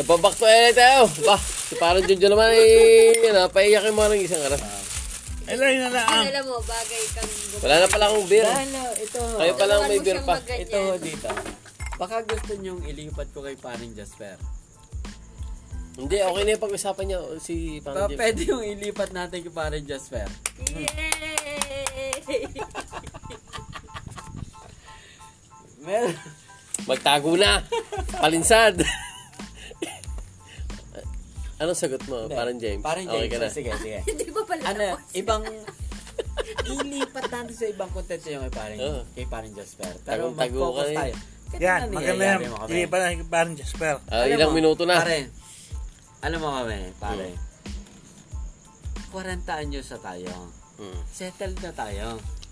Speaker 4: Eh, pabak to LA tayo. Ba, si parang Jojo naman eh, ano, paiyak yung mga nang isang araw.
Speaker 1: LI na lang ang.
Speaker 3: Alam mo, bagay kang
Speaker 4: Wala na pala akong beer.
Speaker 2: Dahil ho, ito. ho.
Speaker 4: Kayo pala ang may
Speaker 3: Huwag mo
Speaker 4: beer
Speaker 3: siyang
Speaker 4: pa.
Speaker 3: maganyan.
Speaker 2: Ito ho dito. Baka gusto niyong ilipat ko kay paring Jasper.
Speaker 4: Hindi, okay na yung pag-usapan niya o, si
Speaker 2: Ba,
Speaker 4: parang Jojo.
Speaker 2: pwede yung ilipat natin kay paring Jasper.
Speaker 3: Yay!
Speaker 2: Meron.
Speaker 4: Magtago na. Palinsad. Anong sagot mo? Parang James.
Speaker 2: Paring
Speaker 4: Okay
Speaker 2: James.
Speaker 4: ka na.
Speaker 2: Sige, sige.
Speaker 3: Hindi ba pala
Speaker 2: ano,
Speaker 3: tapos?
Speaker 2: ibang ilipat natin sa ibang content yung kay paring,
Speaker 4: Oo.
Speaker 2: kay paring Jasper. Pero
Speaker 4: Tagong-tago
Speaker 2: mag-focus
Speaker 4: ka rin.
Speaker 2: tayo. Ganun
Speaker 1: Yan,
Speaker 2: ang
Speaker 1: maganda yan.
Speaker 2: nangyayari mo kami.
Speaker 1: Hindi pa na parang Jasper.
Speaker 4: Ah,
Speaker 2: Alam
Speaker 4: ilang
Speaker 2: mo,
Speaker 4: minuto na.
Speaker 2: Pare, alam mo kami, pare. 40 anyos na tayo.
Speaker 4: Hmm.
Speaker 2: Settled na tayo.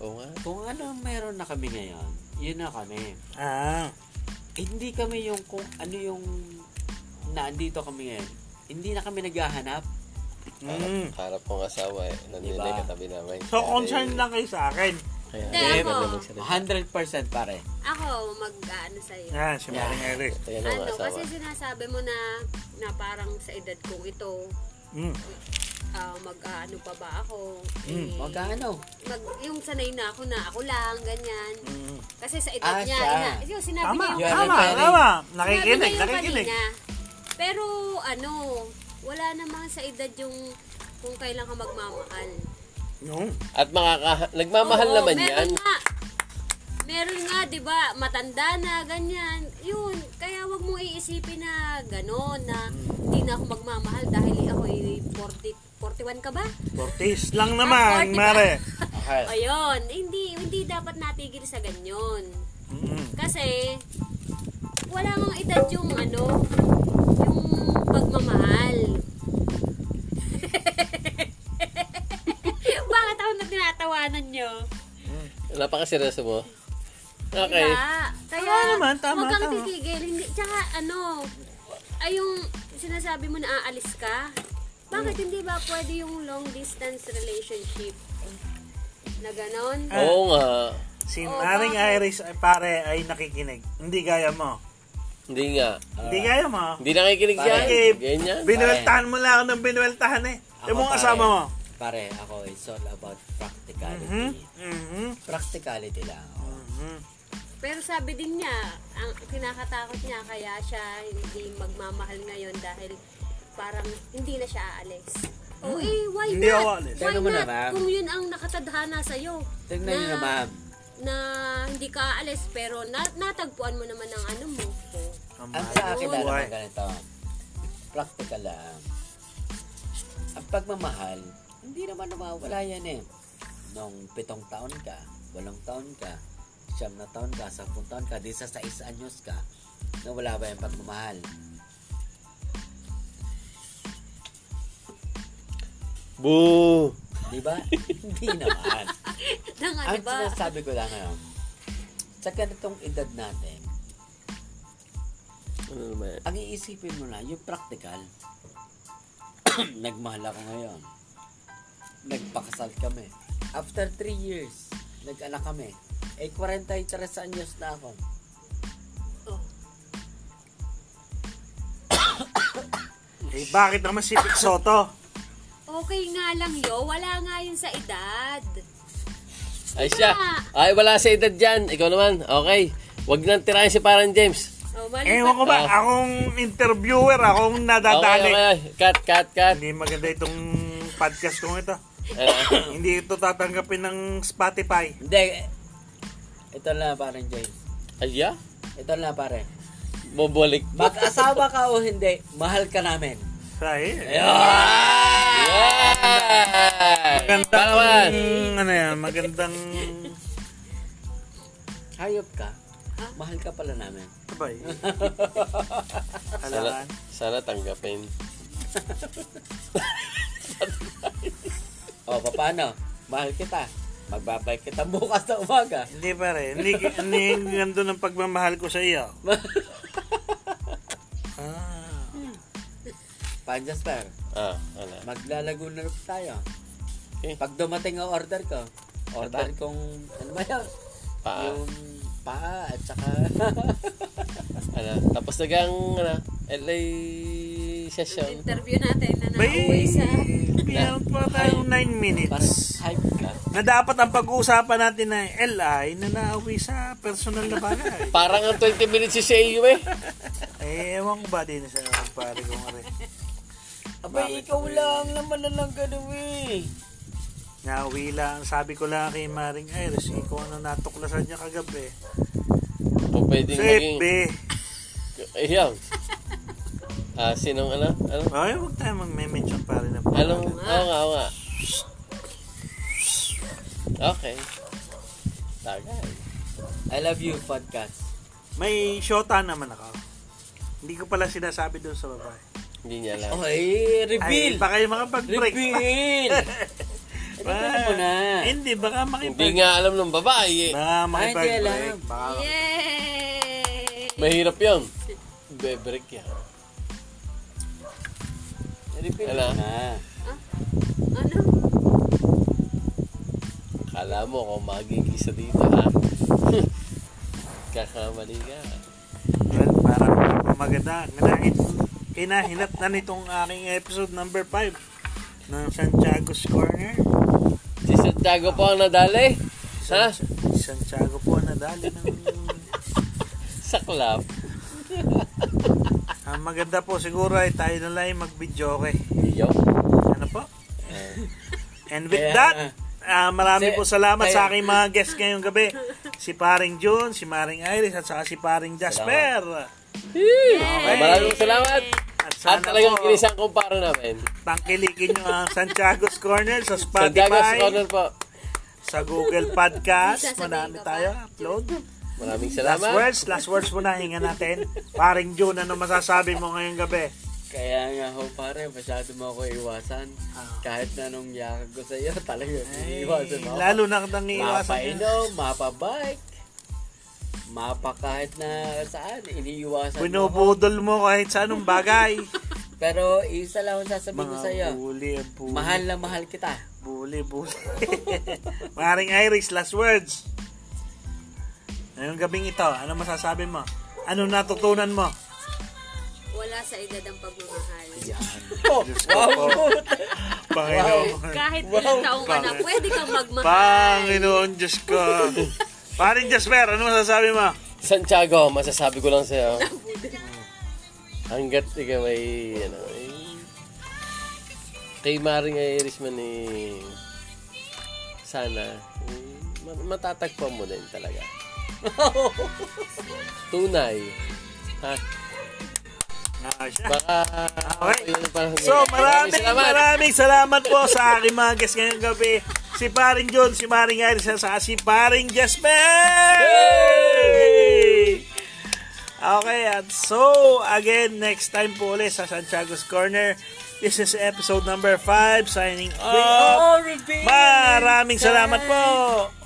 Speaker 4: Oo nga.
Speaker 2: Kung ano ang meron na kami ngayon, yun na kami.
Speaker 1: Ah.
Speaker 2: Hindi kami yung kung ano yung naandito kami ngayon. Hindi na kami naghahanap.
Speaker 1: Mm.
Speaker 4: Harap kong asawa eh.
Speaker 2: Hmm.
Speaker 4: Nandun
Speaker 2: Diba?
Speaker 4: na yung katabi namin.
Speaker 1: So, concerned lang kayo sa akin.
Speaker 4: Kaya,
Speaker 3: Hindi,
Speaker 4: kaya
Speaker 3: ako.
Speaker 4: naman magsalita.
Speaker 2: 100% pare.
Speaker 3: Ako, mag-ano sa'yo.
Speaker 1: Yan, si Maring Eric.
Speaker 4: Kaya naman
Speaker 3: Ano,
Speaker 4: asawa.
Speaker 3: kasi sinasabi mo na na parang sa edad kong ito,
Speaker 1: Mm.
Speaker 3: ah, mag-ano pa ba ako? Eh,
Speaker 2: Huwag ka ano.
Speaker 3: mag, yung sanay na ako na ako lang, ganyan.
Speaker 1: Mm.
Speaker 3: Kasi sa
Speaker 2: Ah,
Speaker 3: edad niya,
Speaker 2: siya.
Speaker 3: ina, yun, sinabi
Speaker 1: Tama,
Speaker 3: niya
Speaker 2: You're
Speaker 1: tama,
Speaker 2: right, Eric.
Speaker 1: tama.
Speaker 3: sinabi
Speaker 1: Nakikinig,
Speaker 3: niya yung
Speaker 1: nakikinig.
Speaker 3: kanina. Pero ano, wala namang sa edad yung kung kailan ka magmamahal.
Speaker 1: Yung.
Speaker 4: At makaka... Nagmamahal
Speaker 3: Oo,
Speaker 4: naman
Speaker 3: meron
Speaker 4: yan.
Speaker 3: Nga, meron nga, di ba, matanda na, ganyan. Yun, kaya wag mong iisipin na gano'n, na hindi na ako magmamahal dahil ako 40, 41 ka ba?
Speaker 1: Cortis lang
Speaker 3: Ah,
Speaker 1: naman,
Speaker 3: forty ba?
Speaker 1: Mare.
Speaker 4: Okay.
Speaker 3: Ayun, hindi, hindi dapat natigil sa ganyan.
Speaker 1: Mm.
Speaker 3: Kasi, wala kang edad yung ano, yung pagmamahal. Bakit ako na tinatawanan nyo?
Speaker 4: Napakaseryoso mo. Okay.
Speaker 3: Diba? Kaya,
Speaker 1: Tama naman, tama,
Speaker 3: huwag kang
Speaker 1: tama.
Speaker 3: titigil. Hindi, tsaka ano, ay yung sinasabi mo na aalis ka, bakit
Speaker 1: Hmm.
Speaker 3: hindi ba pwede yung long distance relationship? Na ganon?
Speaker 4: Oo nga.
Speaker 1: Si
Speaker 3: Oo,
Speaker 1: Maring
Speaker 3: bakit?
Speaker 1: Iris ay pare ay nakikinig. Hindi gaya mo.
Speaker 4: Hindi nga.
Speaker 1: Hindi gaya mo.
Speaker 4: Hindi nakikinig siya.
Speaker 1: Sige,
Speaker 4: Ganyan.
Speaker 1: binuweltahan mo lang ako ng binuweltahan eh. Yung mga asama mo.
Speaker 2: Pare, ako, it's all about practicality.
Speaker 1: Mhm. Mhm.
Speaker 2: Practicality lang. ako.
Speaker 1: Mhm.
Speaker 3: Pero sabi din niya, ang kinakatakot niya kaya siya hindi magmamahal ngayon dahil parang hindi na siya aalis. O eh, why
Speaker 1: Hmm. Hindi
Speaker 3: not?
Speaker 1: ako aalis.
Speaker 3: Why
Speaker 2: Tingnan mo
Speaker 3: not?
Speaker 2: naman.
Speaker 3: Kung yun ang nakatadhana sa'yo.
Speaker 2: Tingnan niyo na, ma'am.
Speaker 3: Na hindi ka aalis pero na, natagpuan mo naman ang ano mo.
Speaker 1: Ang
Speaker 2: Ang
Speaker 1: mahal
Speaker 2: sa akin
Speaker 1: ng
Speaker 2: na
Speaker 1: buhay.
Speaker 2: naman ganito, practical lang. Ang pagmamahal, hindi naman nawawala yan eh. Nung pitong taon ka, walong taon ka, siyam na taon ka, sampung taon ka, di sa sais anyos ka, nawala ba yung pagmamahal?
Speaker 4: Boo!
Speaker 2: Di ba? Hindi naman.
Speaker 3: Na nga,
Speaker 2: Ang
Speaker 3: di ano ba?
Speaker 2: sinasabi ko lang ngayon, sa ganitong edad natin,
Speaker 4: Ano naman?
Speaker 2: ang iisipin mo na, yung practical, nagmahal ako ngayon. Nagpakasal kami. After 3 years, nag-anak kami. Eh, 43 anyos na ako.
Speaker 3: Oh.
Speaker 1: Eh, bakit naman si Vic Soto?
Speaker 3: Okay nga lang yo, wala nga yun sa edad.
Speaker 4: Ay siya. Ay, wala sa edad dyan. Ikaw naman. Okay. Huwag nang tirahin si parang James.
Speaker 3: Oh, mali
Speaker 1: Ewan ko ba, akong interviewer, akong nadadali.
Speaker 4: Okay, okay. Cut, cut, cut.
Speaker 1: Hindi maganda itong podcast kong ito.
Speaker 4: Eh,
Speaker 1: Hindi ito tatanggapin ng Spotify.
Speaker 2: Hindi. Ito na parang James.
Speaker 4: ay, yeah?
Speaker 2: Ito na pare.
Speaker 4: Bobolik.
Speaker 2: Mag-asawa ka o hindi, mahal ka namin.
Speaker 1: Sahi.
Speaker 4: Yeah!
Speaker 1: Magandang, ano yan, magandang,
Speaker 2: Hayop ka. Mahal ka pala namin.
Speaker 1: sabay.
Speaker 4: Sana,
Speaker 1: Halaan.
Speaker 4: sana tanggapin.
Speaker 2: O, paano? Mahal kita. Magbabay kita bukas na umaga.
Speaker 1: Hindi pare, hindi, hindi nandun ang pagmamahal ko sa iyo. Ah,
Speaker 2: Pan Jasper,
Speaker 4: Ah, ano?
Speaker 2: maglalago na tayo.
Speaker 4: Okay.
Speaker 2: Pag dumating ang order ko, order kong, ano ba yun?
Speaker 4: Paa.
Speaker 2: Yung paa at saka
Speaker 4: Ano? Tapos nagang, ano, LA session.
Speaker 3: Interview natin na
Speaker 1: bay,
Speaker 3: nauwi sa...
Speaker 1: meron pa tayong 9
Speaker 2: parang
Speaker 1: minutes.
Speaker 2: hype ka.
Speaker 1: Na dapat ang pag-uusapan natin na LI na naawi sa personal na bagay.
Speaker 4: Parang ang 20 minutes si CAU eh.
Speaker 1: eh, ewan ko ba din sa pare ko nga rin.
Speaker 2: Abay, ikaw lang naman na lang ganun eh.
Speaker 1: Naawi lang, sabi ko lang kay Maring Iris, eh, kung ano natuklasan niya kagabi.
Speaker 4: Kung pwedeng
Speaker 1: Sa
Speaker 4: maging...
Speaker 1: FB.
Speaker 4: Ayun. Ah, sinong ano? Ano?
Speaker 1: Ay, huwag tayo mag-mention pare na po.
Speaker 4: Anong, oo nga, oo nga. Okay. Tagay.
Speaker 2: I love you podcast.
Speaker 1: May shota naman ako. Hindi ko pala sinasabi doon sa babae.
Speaker 4: Hindi niya
Speaker 2: Oy,
Speaker 4: alam.
Speaker 1: Ay,
Speaker 2: reveal!
Speaker 1: baka yung makapag-break.
Speaker 2: Reveal! Reveal mo na.
Speaker 1: Hindi, baka
Speaker 4: Hindi
Speaker 1: makipag-
Speaker 4: nga alam ng babae eh.
Speaker 1: Baka
Speaker 2: alam.
Speaker 1: makipag-break. Baka
Speaker 3: Yay!
Speaker 4: Mahirap yun. Bebrek yan.
Speaker 2: Reveal
Speaker 4: Ala.
Speaker 2: mo na.
Speaker 3: Ano?
Speaker 4: Kala mo kung magigisa dito ha. Kakamali ka.
Speaker 1: Well, parang maganda. Nanahin, kinahinat na nitong aking episode number 5 ng Santiago's Corner.
Speaker 4: Si Santiago po ang nadali. Ha?
Speaker 1: Si Santiago po ang nadali ng...
Speaker 4: Saklap.
Speaker 1: Ang maganda po siguro ay tayo na lang yung mag-video okay.
Speaker 4: Yo.
Speaker 1: Ano po?
Speaker 4: Oh.
Speaker 1: And with that, ah, marami
Speaker 2: Si-
Speaker 1: po salamat sa
Speaker 2: kaya-
Speaker 1: aking mga guests ngayong gabi. Si Paring June, si Maring Iris, at saka si Paring Jasper.
Speaker 4: Okay, maraming salamat.
Speaker 1: At
Speaker 4: At
Speaker 1: sana
Speaker 4: talagang
Speaker 1: po,
Speaker 4: kinisang kumpara namin.
Speaker 1: tangkilikin nyo ang Santiago's Corner sa
Speaker 4: Santiago's
Speaker 1: Spotify,
Speaker 4: Corner po.
Speaker 1: sa Google Podcast. Marami tayo upload.
Speaker 4: Maraming
Speaker 1: Last
Speaker 4: salamat.
Speaker 1: words, last words muna, hinga natin. Paring June, ano masasabi mo ngayong gabi?
Speaker 2: Kaya nga ho pare, masyado mo ako iwasan.
Speaker 1: Ah.
Speaker 2: Kahit na nung yakag ko sa'yo, talaga
Speaker 1: Ay,
Speaker 2: iiwasan mo ako.
Speaker 1: lalo na kitang iiwasan
Speaker 2: Mapainom, mapabike, mapa kahit na saan, iniiwasan mo. ako.
Speaker 1: Binubudol mo kahit sa anong bagay.
Speaker 2: Pero isa lang ang sasabihin ko sa'yo,
Speaker 1: Mga buli, buli.
Speaker 2: mahal na mahal kita.
Speaker 1: Buli, buli. Maring Iris, last words. Ngayong gabing ito, ano masasabi mo? Ano natutunan mo?
Speaker 3: Wala sa edad ang pagmamahal.
Speaker 1: Diyos ko po. Panginoon.
Speaker 3: Kahit ilang taong ka na, pwede kang magmahal.
Speaker 1: Panginoon, Diyos ko. Paring Jasper, ano masasabi mo?
Speaker 4: Santiago, masasabi ko lang sa'yo. Hanggat ikaw ay, ano, ay, kay Maring Irishman eh, sana, eh, ma- matatagpuan mo din talaga. Tunay. Ha?
Speaker 1: Ah, siya.
Speaker 4: Baka,
Speaker 1: Okay.
Speaker 4: yun ang parang-
Speaker 1: So, maraming,
Speaker 4: salamat.
Speaker 1: maraming salamat po sa aking mga guests ngayong gabi. Si Paring John, si Maring Iris, at saka si Paring Jasper! Okay, ah, Ayan. So, again, next time po ulit sa Santiago's Corner. This is episode number 5. Signing off.
Speaker 5: reveal.
Speaker 1: Maraming salamat po.